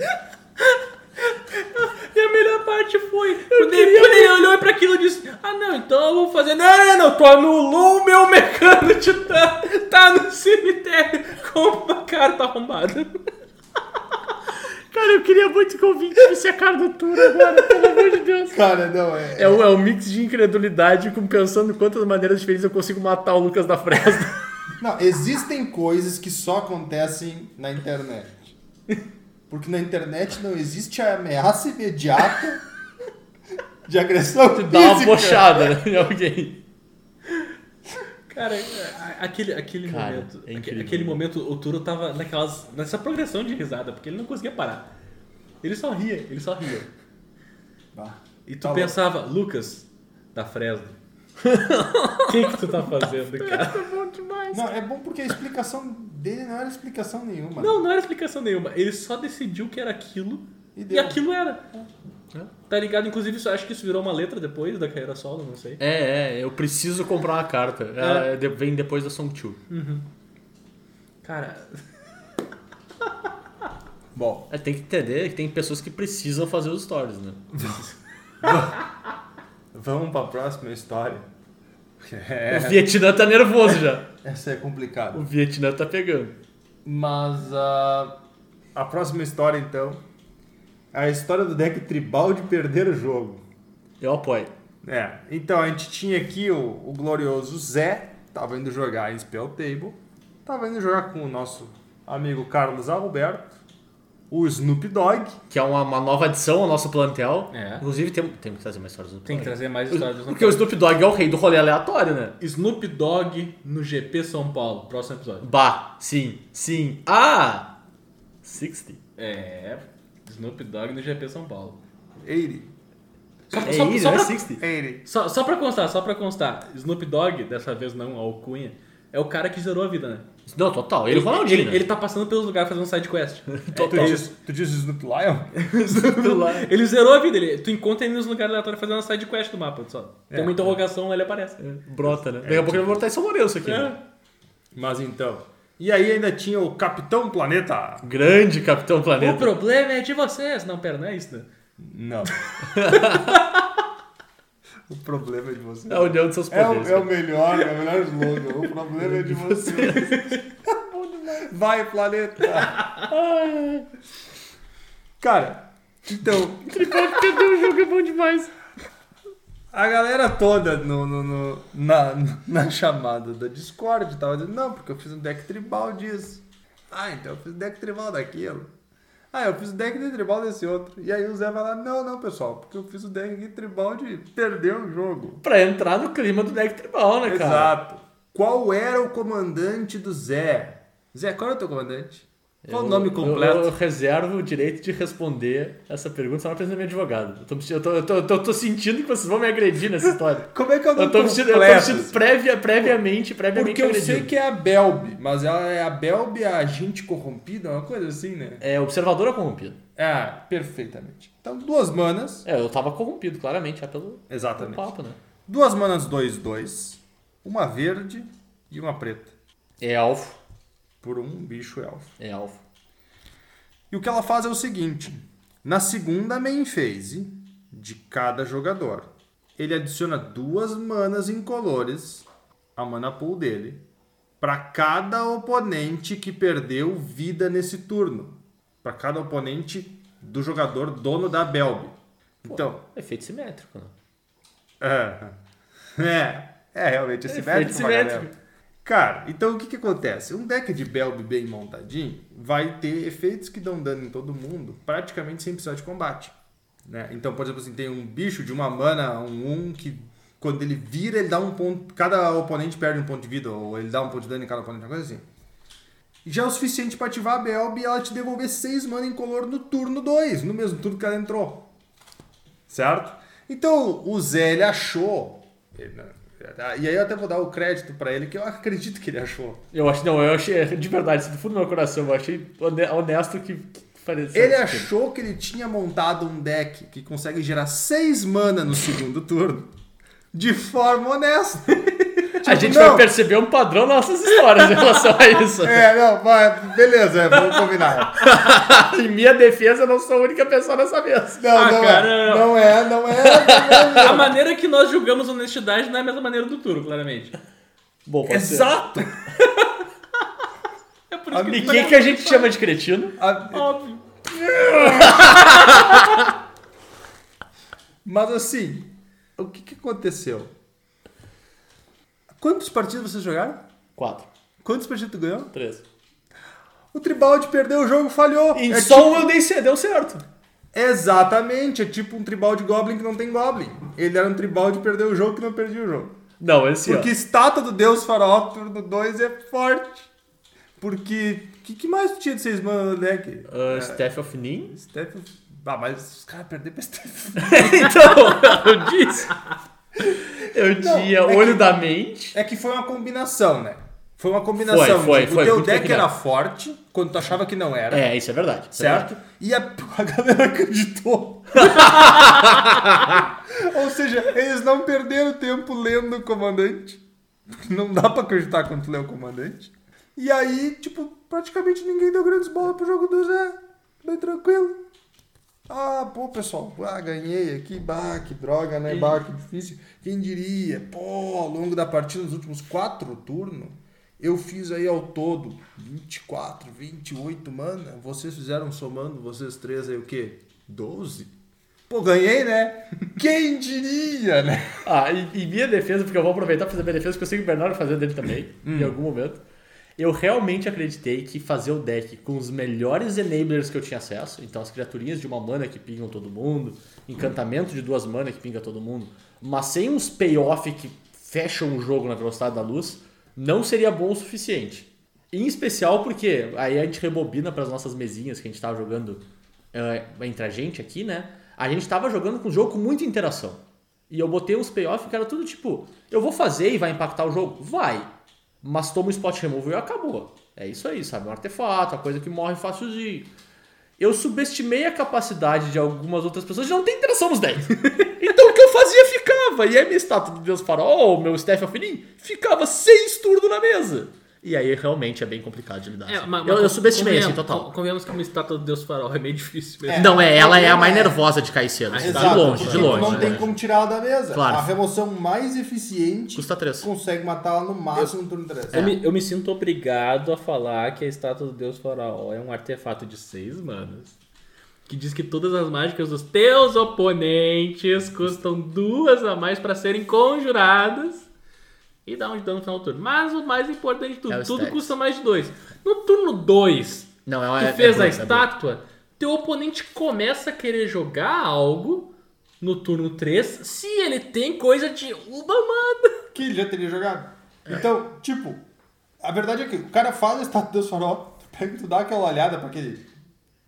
E a melhor parte foi. Quando ele, quando ele olhou pra aquilo e disse: Ah, não, então eu vou fazer. Não, não, não, tu anulou o meu mecano titã. Tá no cemitério com uma carta arrombada. Cara, eu queria muito que o ouvinte visse a cara do Turo agora, pelo amor de Deus. Cara, não, é. É um, é um mix de incredulidade com pensando quantas maneiras diferentes eu consigo matar o Lucas da Fresno. Não, existem coisas que só acontecem na internet. Porque na internet não existe a ameaça imediata de agressão Dá uma física. bochada né, em alguém. Cara, é, a- aquele, aquele Cara, momento. é aque- incrível. aquele momento, o Turo tava naquelas, nessa progressão de risada, porque ele não conseguia parar. Ele só ria, ele só ria. Bah, E tu Tá louco. pensava, Lucas, da Fresno. O que, que tu tá fazendo, cara? Não, é bom porque a explicação dele não era explicação nenhuma. Não, não era explicação nenhuma. Ele só decidiu que era aquilo E e, deu. aquilo era. É. Tá ligado? Inclusive, isso- acho que isso virou uma letra depois da carreira solo, não sei. É, é, eu preciso comprar uma carta. Ela é de- vem depois da Song 2. Cara, Bom, É, tem que entender que tem pessoas que precisam fazer os stories, né? vamos pra próxima história. O Vietnã tá nervoso já. Essa é complicada. O Vietnã tá pegando. Mas a a próxima história então, a história do deck tribal de perder o jogo. Eu apoio. É, então a gente tinha aqui o, o glorioso Zé, tava indo jogar em Spell Table, tava indo jogar com o nosso amigo Carlos Alberto, o Snoop Dogg, Que é uma, uma nova adição ao nosso plantel. É. Inclusive, tem, tem que trazer mais histórias do tem que trazer mais histórias do Porque o Snoop Dogg é o rei do rolê aleatório, né? Snoop Dogg no GP São Paulo, próximo episódio. Bah, sim, sim. Ah! 60. É, Snoop Dogg no GP São Paulo. ele, Só, É só- isso, só é pra- 60. ele. Só, só pra constar, só pra constar, Snoop Dogg, dessa vez não a alcunha, é o cara que zerou a vida, né? Não, total. Ele e o Ronaldinho. Ele, ele tá passando pelos lugares fazendo side quest. Tu diz, tu diz Snoop Lion? ele zerou a vida, ele, tu encontra ele nos lugares aleatórios fazendo uma side quest do mapa, tu só. É, Tem uma interrogação, ele aparece. Brota, né? Daqui É. a pouco ele vai botar em São Lourenço aqui. né? Mas então, E aí ainda tinha o Capitão Planeta. Grande Capitão Planeta. O problema é de vocês. Não, pera, não é isso, né? não. o problema é de você. É a união de seus É poderes. né? o, é o melhor, é o melhor slogan. O problema é de vocês. Vai, planeta! Cara, então, Perdeu o jogo, é bom demais. a galera toda no, no- no- na, na chamada da Discord tava dizendo, não, porque eu fiz um deck tribal disso. Ah, então eu fiz um deck tribal daquilo. Ah, eu fiz o deck de tribal desse outro. E aí o Zé vai lá, não, não, pessoal, porque eu fiz o deck de tribal de perder o jogo. Pra entrar no clima do deck tribal, né, cara? Exato. Qual era o comandante do Zé? Zé, qual era o teu comandante? Qual o nome completo? Eu, eu reservo o direito de responder essa pergunta só na presença do meu advogado. Eu tô, me sentindo- eu tô- eu tô- eu tô- eu tô sentindo que vocês vão me agredir nessa história. Como é que é o nome Eu tô me sentindo, eu tô me completo? sentindo previa, previamente, previamente Porque eu agredido. sei que é a Belbe, mas ela é a Belbe a agente corrompida, uma coisa assim, né? É observadora corrompida. Ah, perfeitamente. Então, duas manas. É, eu tava corrompido, claramente, já pelo, pelo Exatamente. papo, né? Duas manas 2-2. Uma verde e uma preta. É alfo. Por um bicho elfo. É alfo. E o que ela faz é o seguinte: na segunda main phase de cada jogador, ele adiciona duas manas incolores à mana pool dele para cada oponente que perdeu vida nesse turno, para cada oponente do jogador dono da Belbe. Então, Efeito simétrico, né? é, é, é realmente esse Efeito médico. simétrico. simétrico. Cara, então o que, que acontece? Um deck de Belb bem montadinho vai ter efeitos que dão dano em todo mundo praticamente sem precisar de combate. Né? Então, por exemplo, assim, tem um bicho de uma mana, um 1, que quando ele vira, ele dá um ponto. Cada oponente perde um ponto de vida, ou ele dá um ponto de dano em cada oponente, uma coisa assim. E já é o suficiente pra ativar a Belb e ela te devolver 6 mana incolor no turno 2, no mesmo turno que ela entrou. Certo? Então o Zé ele achou. ele- E aí eu até vou dar o crédito pra ele, que eu acredito que ele achou. Eu acho, não, eu achei, é, de verdade, do fundo do meu coração, eu achei hone- honesto que, que faria certo. Ele achou que ele tinha montado um deck que consegue gerar 6 mana no segundo turno. De forma honesta. A gente tipo, não. vai perceber um padrão nas nossas histórias em relação a isso. É, não, vai, beleza, é, vamos combinar. Em minha defesa, eu não sou a única pessoa nessa mesa. Não, Ah, não, cara, é, não. não é, não é, não é. A maneira que nós julgamos honestidade não é a mesma maneira do Turo, claramente. Bom, pode ser. Exato! É por isso E que quem que a gente chama de cretino? A- óbvio. Mas assim, o que, que aconteceu? Quantos partidos vocês jogaram? Quatro, Quantos partidos tu ganhou? três. O Tribaldi perdeu o jogo, falhou. E É só tipo- um eu dei c- deu certo. Exatamente, é tipo um tribal de Goblin que não tem Goblin. Ele era um tribal de perder o jogo que não perdia o jogo. Não, esse Porque ó. estátua do Deus Faraó turno 2 é forte. Porque. O que, que mais tinha de seis mana no deck? Ah, Staff of Nin. Steph. Ah, mas os caras perderam pra Steph. então, eu disse. Eu Não, tinha é que- Olho da Mente. É que foi uma combinação, né? Foi uma combinação. Foi, foi, tipo, foi, o teu muito deck equilibrado. era forte quando tu achava que não era. É, isso é verdade. isso é Certo? E a, a galera acreditou. Ou seja, eles não perderam tempo lendo o comandante. Não dá pra acreditar quando tu lê o comandante. E aí, tipo, praticamente ninguém deu grandes bolas pro jogo do Zé. Bem tranquilo. Ah, pô, pessoal, ah, ganhei aqui, bah, que droga, né, bah, que difícil. Quem diria? Pô, ao longo da partida, nos últimos quatro turnos, eu fiz aí ao todo 24, 28, mana. Vocês fizeram somando, vocês três aí, o quê? 12? Pô, ganhei, né? Quem diria, né? Ah, e, e minha defesa, porque eu vou aproveitar pra fazer minha defesa, porque eu sei que o Bernardo vai fazer dele também, em algum momento. Eu realmente acreditei que fazer o deck com os melhores enablers que eu tinha acesso, então as criaturinhas de uma mana que pingam todo mundo, encantamento de duas mana que pinga todo mundo, mas sem uns payoff que fecham o jogo na velocidade da luz, não seria bom o suficiente. Em especial porque aí a gente rebobina para as nossas mesinhas que a gente tava jogando eh, entre a gente aqui, né? A gente tava jogando com um jogo com muita interação. E eu botei uns payoff que era tudo tipo, eu vou fazer e vai impactar o jogo? Vai. Mas toma um spot removal e acabou. É isso aí, sabe? Um artefato, a coisa que morre facilzinho. Eu subestimei a capacidade de algumas outras pessoas de não ter interação nos decks. então o que eu fazia ficava. E aí minha estátua de Deus farol, meu Steph of Nin, ficava seis turnos na mesa. E aí realmente é bem complicado de lidar. assim. eu, eu subestimei assim, total. Convenhamos que uma estátua do Deus Farol é meio difícil mesmo. Não, é, ela é a mais É. nervosa de cair cedo. assim, De longe, de porque longe. Não de tem longe. como tirar ela da mesa. Claro. A remoção mais eficiente Custa três. consegue matá-la no máximo no turno É. 3. Eu, me, eu me sinto obrigado a falar que a estátua do Deus Faraó é um artefato de seis manas. Que diz que todas as mágicas dos teus oponentes custam duas a mais pra serem conjuradas e dá um de dano no final do turno. Mas o mais importante de tudo, É o tudo status. custa mais de dois. No turno 2, Não, ela tu é, fez é bruta, a é bruta. estátua, teu oponente começa a querer jogar algo no turno 3 se ele tem coisa de uma mana. que ele já teria jogado. É. Então, tipo, a verdade é que o cara faz a estátua do farol, tu pega e tu dá aquela olhada pra aquele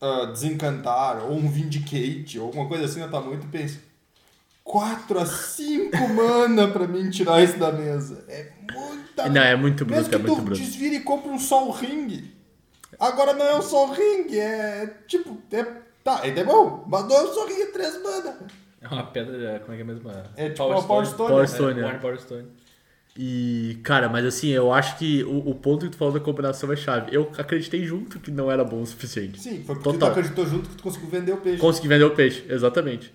ah, desencantar, ou um vindicate, ou alguma coisa assim na tua mão e tu pensa. 4 a 5 mana pra mim tirar isso da mesa. É muita Não, é muito Mesmo bruto, que é muito tu bruto. desvira e compra um sol ring. Agora não é um sol ring, é tipo. É, tá, ainda é bom, mas não é um sol ring, é 3 mana. É uma pedra, como é que é mesmo? É tipo uma Power Stone. Power né? Stone, É, né? Warren Power Stone. E, cara, mas assim, eu acho que o, o ponto que tu falou da combinação é chave. Eu acreditei junto que não era bom o suficiente. Sim, foi porque tu Total. acreditou junto que tu conseguiu vender o peixe. Consegui vender o peixe, exatamente.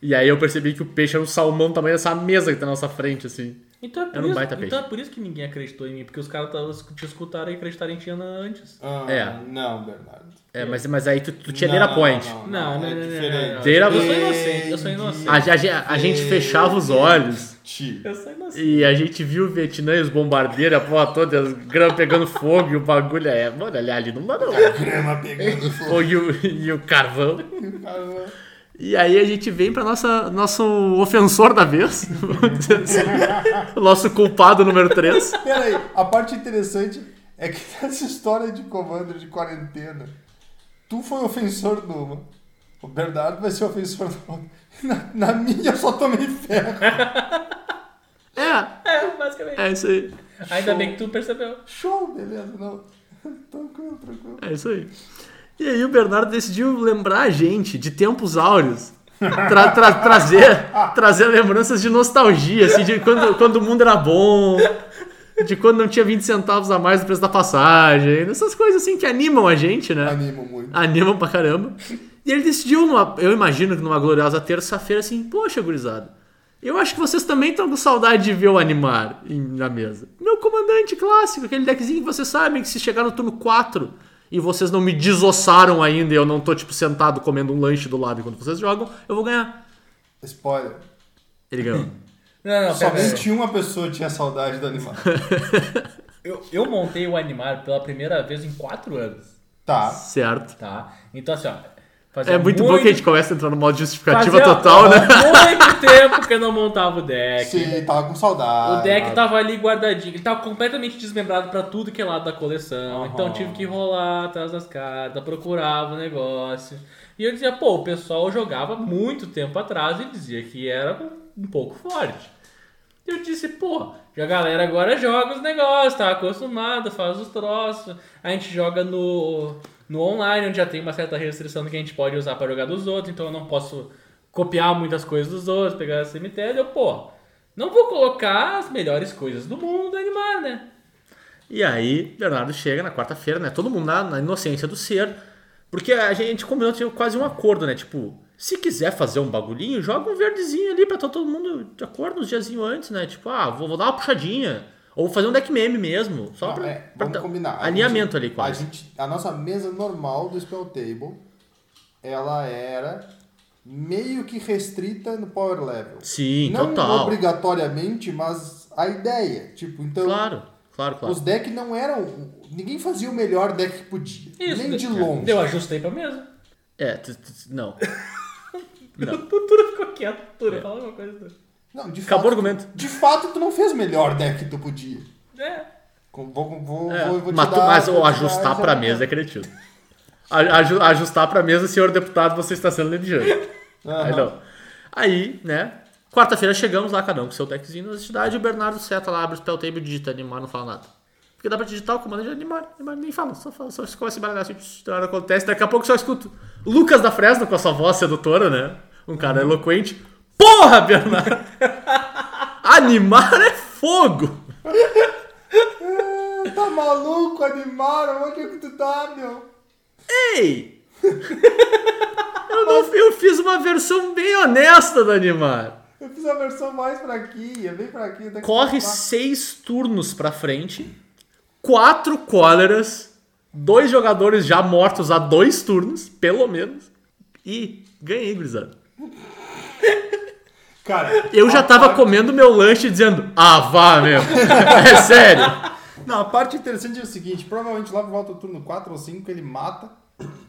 E aí eu percebi que o peixe era um salmão do tamanho dessa mesa que tá na nossa frente, assim. Então é, por Era um isso, baita então é por isso que ninguém acreditou em mim, porque os caras tavam- te escutaram e acreditaram em ti antes. Ah, É. Não, Bernardo. É, mas, mas aí tu, tu tinha Não, Data não, Point. não, Não, não, é não, não, diferente. não, não. Data- Eu sou inocente, eu sou inocente. A, a- a gente É. fechava os olhos Ti. Eu sou inocente. e a gente viu o Vietnã e os bombardeiros, a porra toda, e as grama pegando fogo e o bagulho é. Mano, ali, ali não dá não. Grama pegando fogo. Ou e o- e o carvão. Caramba. E aí a gente vem para nossa nosso ofensor da vez, vamos dizer assim. o nosso culpado número 3. Pera aí, a parte interessante É que nessa história de comando de quarentena, tu foi ofensor numa, o Bernardo vai ser ofensor na outra. Na, na minha eu só tomei ferro. É, É, basicamente. é isso aí. Ainda bem que tu percebeu. Show, beleza, não. Tranquilo, tranquilo. É isso aí. E aí o Bernardo decidiu lembrar a gente de tempos áureos. Tra- tra- trazer, trazer lembranças de nostalgia, assim, de quando, quando o mundo era bom, de quando não tinha 20 centavos a mais no preço da passagem, essas coisas assim que animam a gente, né? Animo muito. animam pra caramba. E ele decidiu, numa- eu imagino que numa gloriosa terça-feira, assim, poxa, gurizada, eu acho que vocês também estão com saudade de ver o animar em- na mesa. Meu comandante clássico, aquele deckzinho que vocês sabem que se chegar no turno 4 e vocês não me desossaram ainda e eu não tô, tipo, sentado comendo um lanche do lado enquanto vocês jogam, eu vou ganhar. Spoiler. Ele ganhou. Não, Tá, não, pera, pera. Somente uma pessoa tinha saudade do animal. Eu, eu montei o Animar pela primeira vez em quatro anos, Tá. certo. tá? Então, assim, ó. fazia É muito, bom que a gente começa a entrar no modo justificativa fazia, total, né? Muito tempo que eu não montava o É deck. Sim, Ah, tava com saudade. O deck tava ali guardadinho. Ele tava completamente desmembrado pra tudo que é lado da coleção. Então tive que rolar atrás das cartas, procurava o negócio. E eu dizia, pô, o pessoal jogava muito tempo atrás e dizia que era um pouco forte. E eu disse, pô, a galera agora joga os negócios, tá acostumada, faz os troços. A gente joga no, no online, onde já tem uma certa restrição do que a gente pode usar pra jogar dos outros, então eu não posso copiar muitas coisas dos outros, pegar esse cemitério. Eu, pô, não vou colocar as melhores coisas do mundo animar, né? E aí, Bernardo chega na quarta-feira, né? Todo mundo na, na inocência do ser. Porque a gente combinou, tinha quase um acordo, né? Tipo, se quiser fazer um bagulhinho, joga um verdezinho ali pra tá todo mundo de acordo uns diazinhos antes, né? Tipo, ah, vou, vou dar uma puxadinha. Ou vou fazer um deck meme mesmo. Só Não, pra, é, pra vamos tá- combinar. A Alinhamento gente- ali a quase. gente A nossa mesa normal do Spell Table, ela era meio que restrita no power level. Sim, não total. obrigatoriamente, mas a ideia. Tipo, então Claro, claro, claro. os decks não eram. Ninguém fazia o melhor deck que podia. Isso, nem de né? longe. Eu ajustei pra mesa. É, t- t- não. O Tutura ficou quieto, É. Tutura, fala alguma coisa. Tutura. Não, de Acabou fato, o argumento. De fato, tu não fez o melhor deck que tu podia. É. Com- Vou, vou, É, vou, vou te mas, tu- dar- mas vou o te ajustar dar- pra mesa é cretino. A- aju- Ajustar pra mesa, senhor deputado, você está sendo limidiano. Aí não. Aí, né? Quarta-feira chegamos lá, cada um com seu deckzinho na cidade, e o Bernardo seta lá, abre o spell table, digita animar, não fala nada. Porque dá pra digitar o comando é de animar, animar nem fala, só, fala, só começa a embaralhar, assim, tss, nada acontece, daqui a pouco só escuto Lucas da Fresno com a sua voz sedutora, né? Um cara eloquente. Porra, Bernardo! animar é fogo! Tu Tá maluco, animaram? Onde é que tu tá, meu? Ei! eu, não- eu fiz uma versão bem honesta do animar. Eu fiz a versão mais fraquinha, bem fraquinha. até que Corre tá- seis turnos pra frente, quatro cóleras, dois jogadores já mortos há dois turnos, pelo menos, e ganhei, gurizada. Cara, Eu já tava comendo meu lanche dizendo, ah, vá, meu, é sério. não, a parte interessante é o seguinte: provavelmente lá por volta do turno 4 ou 5 ele mata.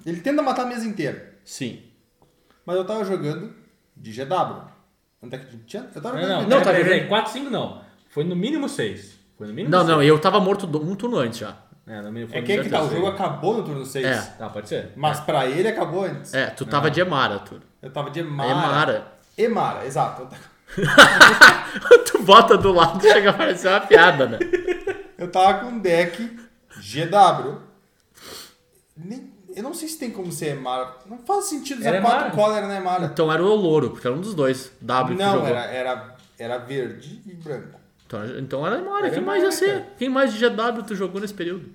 Ele tenta matar a mesa inteira. Sim. Mas eu tava jogando de GW. Onde é que tinha? Eu tava Não, jogando não, de não, GW. tá peraí, 4, 5 não. Foi no mínimo 6. Foi no mínimo Não, seis. não, eu tava morto do- um turno antes já. É, no mínimo, foi É no que é que mínimo tá, o seis. jogo acabou no turno 6. É. Tá, pode ser. Mas pra ele acabou antes. É, tu tava de Emara, tu. Eu tava de Ah. Emara. Emara. Emara, exato. Eu tava- tu bota do lado e chega a parecer uma piada, né? Eu tava com um deck GW. Nem- eu não sei se tem como ser Emara. Não faz sentido usar Era quatro Emara. cólera na Emara. Então era o Louro, porque era um dos dois. W que Não, jogou. era, era, era verde e branco. Então, então era Emara. Era Quem mais ia Emara, ser? cara. Quem mais de GW tu jogou nesse período?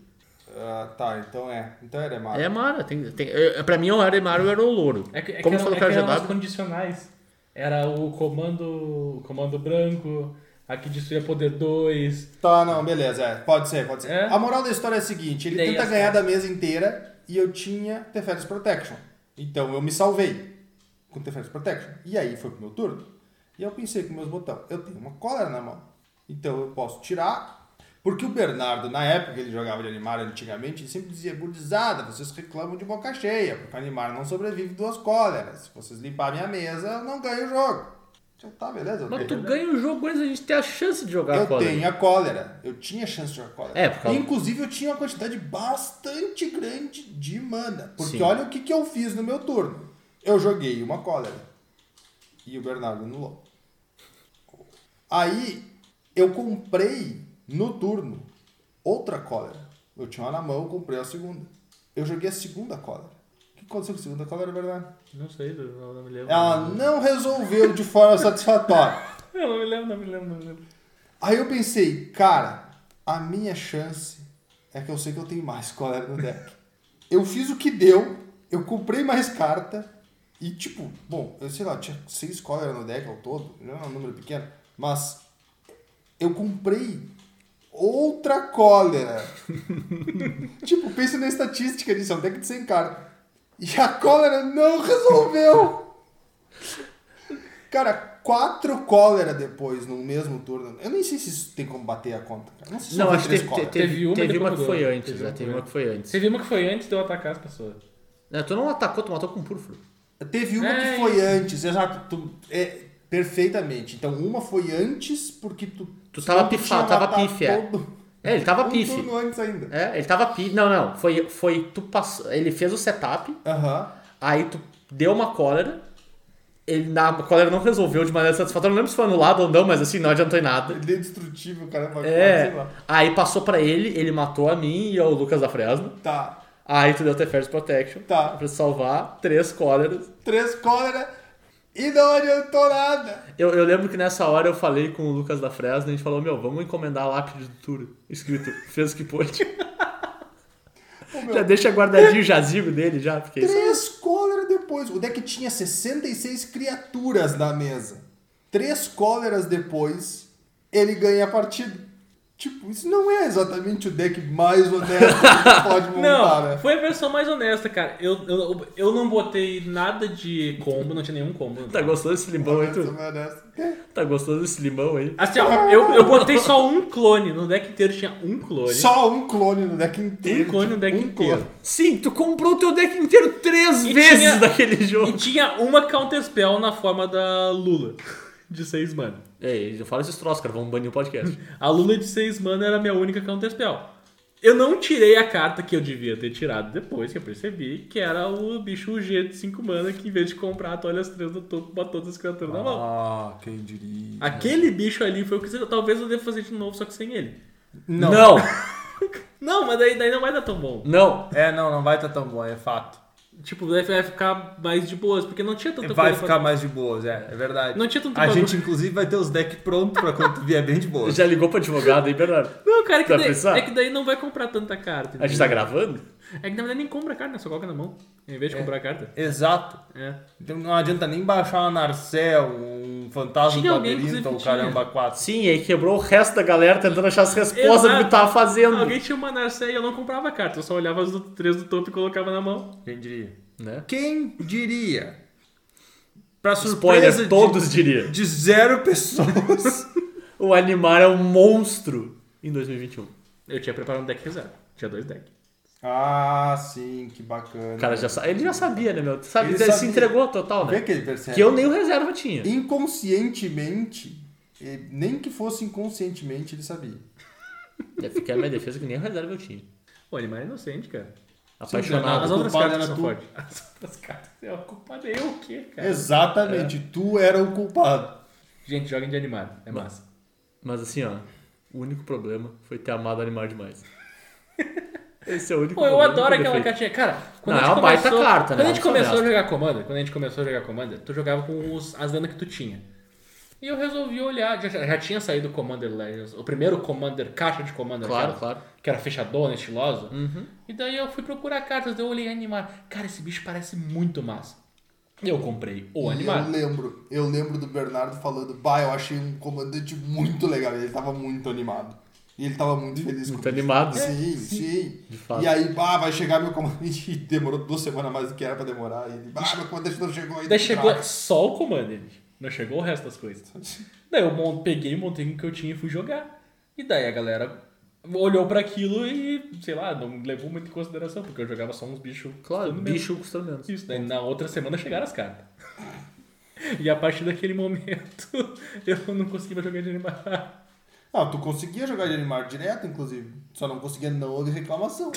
Ah, tá, então é. Então era Emara. É Emara. Tem, tem, é, pra mim, ou era Emara ou era o Louro. É que, é Como que foi o eram, é que cara eram os GW? condicionais. Era o comando, o comando branco, aqui destruía poder 2. Tá, não, beleza. É, pode ser, pode ser. É? A moral da história é a seguinte: ele Daí tenta as ganhar da mesa inteira e eu tinha Teferis Protection. Então eu me salvei com Teferis Protection. E aí foi pro meu turno. E eu pensei com meus botões: eu tenho uma cólera na mão. Então eu posso tirar. Porque o Bernardo, na época que ele jogava de Animar antigamente, ele sempre dizia: gurizada, vocês reclamam de boca cheia, porque o Animar não sobrevive duas cóleras. Se vocês limparem a mesa, eu não ganho o jogo. Já tá, beleza? Eu Mas tu tenho. ganha o jogo antes da gente ter a chance de jogar Eu a cólera. tenho a cólera. Eu tinha chance de jogar cólera. Tá É, por causa- Inclusive, eu tinha uma quantidade bastante grande de mana. Porque Sim. olha o que, que eu fiz no meu turno. Eu joguei uma cólera. E o Bernardo anulou. Aí, eu comprei no turno outra cólera. Eu tinha uma na mão, eu comprei a segunda. Eu joguei a segunda cólera. O que aconteceu com a segunda cólera, Bernardo? Não sei, eu não me lembro. Ela não resolveu de forma satisfatória. Eu não me lembro, não me lembro, não me lembro. Aí eu pensei, cara, a minha chance é que eu sei que eu tenho mais cólera no deck. eu fiz o que deu, eu comprei mais carta e, tipo, bom, eu sei lá, tinha seis cólera no deck ao todo, não é um número pequeno, mas eu comprei outra cólera. tipo, pensa na estatística disso, é um deck de 100 cartas. E a cólera não resolveu. Cara, quatro cólera depois no mesmo turno. Eu nem sei se isso tem como bater a conta. Cara. Não sei se Não, só foi acho que três teve, cólera. teve- Teve uma, teve depois uma que foi mudou. antes, Teve né? uma Teve uma que foi antes. Você viu uma que foi antes de eu atacar as pessoas. Né, Tu não atacou, tu matou com púrpura. Teve uma É, que foi antes, exato. tu- é, perfeitamente. Então, uma foi antes porque tu. Tu senão tava tinha pifado, tava matado pife, é. todo- É, ele tava um pife. turno antes ainda. É, ele tava pi. Não, não. Foi, foi tu passou. Ele fez o setup, Aham. aí tu deu uma cólera. Ele na a cólera não resolveu de maneira satisfatória. Não lembro se foi anulado ou não, mas assim, não adiantou em nada. Ele é destrutível, cara. Vai É. sei lá. Aí passou pra ele, ele matou a mim e ao Lucas da Fresno. Tá. Aí tu deu Tefers Protection. Tá. Pra salvar três cóleras. Três cólera e não adiantou nada. Eu, eu lembro que nessa hora eu falei com o Lucas da Fresno e a gente falou: Meu, vamos encomendar a lápide do Turo. Escrito, fez o que pôde. Ô, meu, Já deixa guardadinho o jazigo dele já, porque isso. Três cóleras depois. O deck tinha 66 criaturas na mesa. Três cóleras depois, ele ganha a partida. Tipo, isso não é exatamente o deck mais honesto que tu pode montar, Não, né? foi a versão mais honesta, cara. Eu, eu, eu não botei nada de combo, não tinha nenhum combo. Tá gostoso esse limão aí, Essa tu? merda é essa. Tá gostoso esse limão aí? Assim, ó, eu, eu botei só um clone. No deck inteiro tinha um clone. Só um clone no deck um inteiro. clone no tipo, deck um inteiro. clone. Sim, tu comprou o teu deck inteiro três E vezes tinha- daquele E jogo. tinha uma counterspell na forma da Lula, de 6 mana. Ei, eu falo esses troços, cara, vamos banir o podcast. A Lula de 6 mana era a minha única counterspell. Eu não tirei a carta que eu devia ter tirado depois, que eu percebi, que era o bicho G de 5 mana, que em vez de comprar, tu olha as três do topo, bota todas as criaturas na mão. Ah, quem diria. Aquele bicho ali foi o que você- talvez eu deva fazer de novo, só que sem ele. Não. Não, Não, mas daí, daí não vai dar tão bom. não. É, não, não vai estar tão bom, é fato. Tipo, daí vai ficar mais de boas, porque não tinha tanta É, Vai coisa pra- ficar mais de boas, é, é verdade. Não tinha tanto A bagulho. gente, inclusive, vai ter os decks prontos pra quando tu vier bem de boas. Já ligou pro advogado aí, Bernardo? Não, cara, é que, Vai daí, precisar? é que daí não vai comprar tanta carta. A gente tá gravando? É que na verdade nem compra carta, né? Só coloca na mão. Em É. vez de comprar a carta. Exato. É. Então não adianta nem baixar uma Narcel, um Fantasma Tinha do alguém, Labirinto ou inclusive, tinha. Caramba 4. Sim, e aí quebrou o resto da galera tentando achar as respostas do que Exato. tu tava fazendo. Alguém tinha uma Narcé e eu não comprava a carta. Eu só olhava as do- três do topo e colocava na mão. Quem diria? Né? Quem diria? Pra surpresa Spoiler, todos diriam. de, de zero pessoas. O Animar é um monstro em 2021. Eu tinha preparado um deck reserva. Tinha dois decks. Ah, sim, que bacana. O cara já sa- Ele já sabia, né, meu? Sabe, Ele ele se sabia. entregou total, Vê né? que ele percebe. Que eu nem o reserva tinha. Inconscientemente, eh, nem que fosse inconscientemente, ele sabia. Deve ficar a minha defesa que nem o reserva eu tinha. O animal é inocente, cara. Apaixonado. As outras culpado cartas era são tu. fortes. As outras cartas. Eu, a culpa é eu o quê, cara? é. Exatamente, tu era o culpado. Gente, joguem de animar. É massa. Mas assim, ó, o único problema foi ter amado animar demais. Esse é o único Pô, eu problema. nunca adoro aquela defeito. cartinha. Cara, quando Não, a é gente uma baita começou, carta, né? quando a gente Vamos ser começou a honestos. jogar Commander, quando a gente começou a jogar Commander, tu jogava com os- as lendas que tu tinha. E eu resolvi olhar, já, já tinha saído o Commander Legends, o primeiro Commander, caixa de Commander. Claro, aquela, claro. Uhum. Que era fechadona, estilosa. E daí eu fui procurar cartas, daí eu olhei animar. Cara, esse bicho parece muito massa. E eu comprei o E animar. Eu lembro, eu lembro do Bernardo falando, bah, eu achei um comandante muito legal. Ele tava muito animado. E ele tava muito feliz Muito com isso. animado. É, Sim, sim. De fato. E aí, bah, vai chegar meu comandante. E demorou duas semanas mais do que era pra demorar. E ele, bah, meu comandante não chegou ainda. Daí chegou Ah, só o Commander, não chegou o resto das coisas. Daí eu mon- peguei, montei o que eu tinha e fui jogar. E daí a galera olhou pra aquilo e, sei lá, não levou muito em consideração, porque eu jogava só uns bichos. Claro, tudo mesmo. né? bicho custando menos. Isso, daí na outra semana chegaram as cartas. E a partir daquele momento eu não consegui mais jogar de animar. Ah, tu conseguia jogar de animar direto, inclusive. Só não conseguia não ouvir reclamação.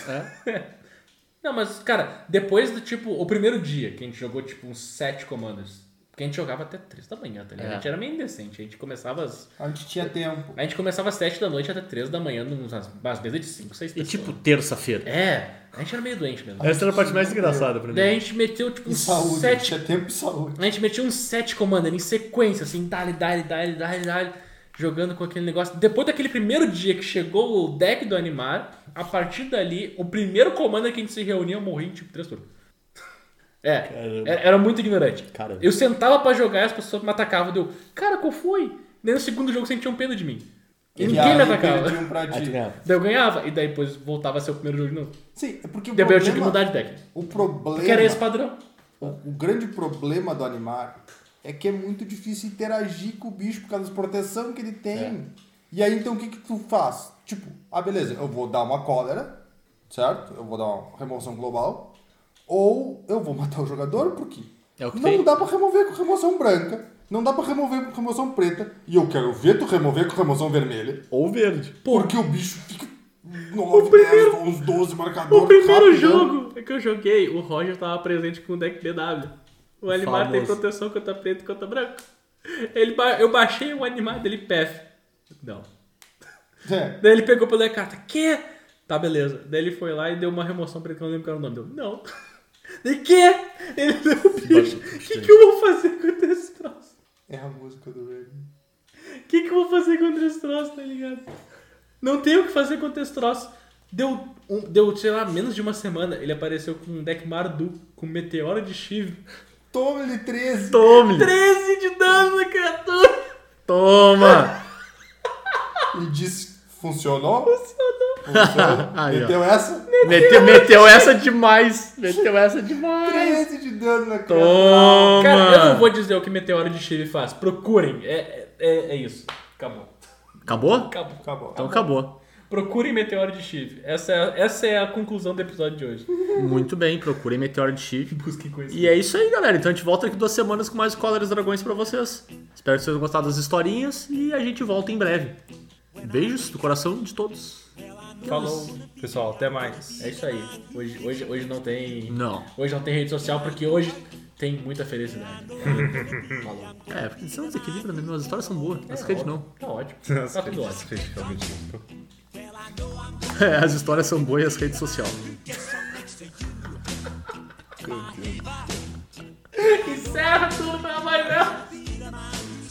Não, mas, cara, depois do tipo, o primeiro dia que a gente jogou, tipo, uns sete comandos. Porque a gente jogava até três da manhã, tá ligado? A gente era meio indecente. A gente começava às. A gente tinha tempo. A gente começava às sete da noite até três da manhã, umas, umas mesas de cinco, seis E pessoas. tipo, terça-feira. É, a gente era meio doente mesmo. Essa era a parte mais engraçada pra mim. Daí a gente meteu, tipo, E uns saúde, a gente sete tinha tempo e saúde. A gente metia uns sete comandos ali em sequência, assim, dali, dali, dali, dali, dali, jogando com aquele negócio. Depois daquele primeiro dia que chegou o deck do Animar, a partir dali, o primeiro comando que a gente se reunia, eu morri em tipo três turnos. É, Caramba. era- era muito ignorante. Caramba. Eu sentava pra jogar e as pessoas me atacavam. Deu, cara, qual foi? Daí no segundo jogo sentiam pena de mim. E ninguém me aí atacava. perdiam pra Aí tu ti. ganhava. Daí eu ganhava, e daí depois voltava a ser o primeiro jogo de novo. Sim, é porque o Daí eu tinha que problema- mudar de deck. O problema, Que era esse padrão. o grande problema do animar é que é muito difícil interagir com o bicho por causa da proteção que ele É. tem. E aí então o que que tu faz? Tipo, ah beleza, eu vou dar uma cólera, certo? Eu vou dar uma remoção global ou eu vou matar o jogador porque É o que não tem. dá pra remover com remoção branca, não dá pra remover com remoção preta e eu quero ver tu remover com remoção vermelha. Ou verde. Porque o bicho fica tá 9, 10, 11, 12 marcadores. O primeiro rapidão. jogo é que eu joguei, o Roger tava presente com o deck BW. O Animar tem Famoso. proteção contra preto e contra branco. Ele, ba- eu baixei o Animar dele PF. Não. É. Daí ele pegou pela carta. Quê? Tá, beleza. Daí ele foi lá e deu uma remoção pra ele que eu não lembro qual era o nome dele. Não. Daí quê? Ele deu o bicho. O que, que eu vou fazer contra esse troço? é a música do Raven. O que, que eu vou fazer contra esse troço, tá ligado? Não tem o que fazer contra esse troço. Deu, um, deu, sei lá, menos de uma semana, ele apareceu com um deck Mardu, com Meteoro de Shiv. Toma ele 13. Tome! 13 de dano na criatura! Toma! E disse, funcionou? Funcionou. Funcionou. Aí, ó. Meteu essa? Meteu, meteu essa demais! Meteu essa demais! 13 de dano na cara. Toma! Cara, eu não vou dizer o que Meteoro de Shiv faz. Procurem. É, é, é isso. Acabou. Acabou? Acabou. Acabou. Então acabou. Procurem Meteoro de Shiv. Essa é, essa é a conclusão do episódio de hoje. Muito bem, procurem Meteoro de Chico. Busquem conhecer. E é isso aí, galera. Então a gente volta aqui duas semanas com mais Cóleras Dragões pra vocês. Espero que vocês tenham gostado das historinhas e a gente volta em breve. Beijos do coração de todos. Falou. Pessoal, até mais. É isso aí. Hoje, hoje, hoje não tem. Não. Hoje não tem rede social porque hoje tem muita felicidade. Falou. É, porque isso é um desequilíbrio, né? Minhas histórias são boas. As redes não. Tá ótimo. Tá tudo ótimo. É, as histórias são boas e as redes sociais. Encerra tudo, pelo amor de Deus.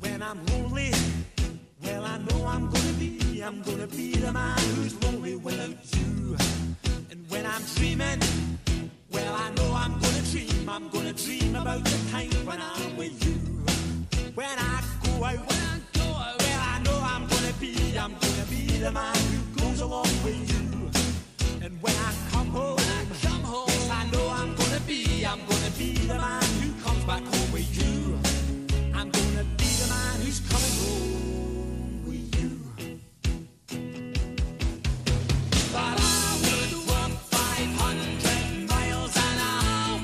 When I'm lonely, well I know I'm gonna be, I'm gonna be the man who's lonely without you. And when I'm dreaming, well I know I'm gonna dream, I'm gonna dream about the time when I'm with you. When I go out, when I go out, well I know I'm gonna be, I'm gonna be the man who goes along with you. And when I come home, I come home, yes, I know I'm gonna be, I'm gonna be the man who comes back home with you. I'm gonna be the man who's coming home with you. But I would walk 500 miles an hour.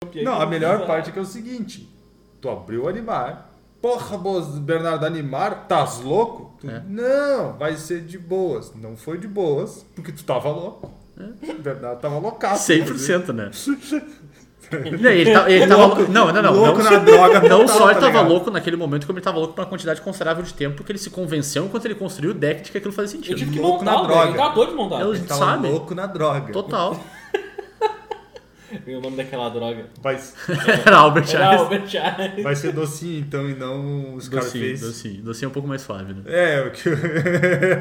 piadinha. Não, a melhor parte é que é o seguinte: tu abriu o Animar. Porra, Boas- Bernardo, Animar, tás louco? Tu, Não, vai ser de boas. Não foi de boas, porque tu tava louco. O Bernardo tava loucaço. 100%, né? Não, ele tava, ele tava lou- não, não, não. Louco não, na droga não total, só ele tá tava ligado? louco naquele momento, como ele tava louco por uma quantidade considerável de tempo que ele se convenceu enquanto ele construiu o deck de que aquilo fazia Eu sentido. tive que Louco montar, na velho. droga. Eu tava todo desmontado. Ela Ele tava sabe? louco na droga. Total. E o nome daquela droga. Vai, Era Albert Era Einstein. Albert Einstein. vai ser docinho então e não os caras Docinho, fez. docinho. Docinho é um pouco mais suave, né? É, o que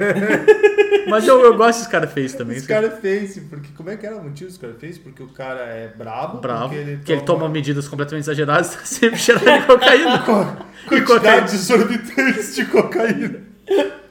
Mas eu, eu gosto dos caras fez também. os caras fez, porque como é que era o motivo dos caras fez? Porque o cara é brabo, Bravo. porque ele que ele toma medidas completamente exageradas, tá sempre cheirando de cocaína. Co- E cocaína. quantidade exorbitante de cocaína.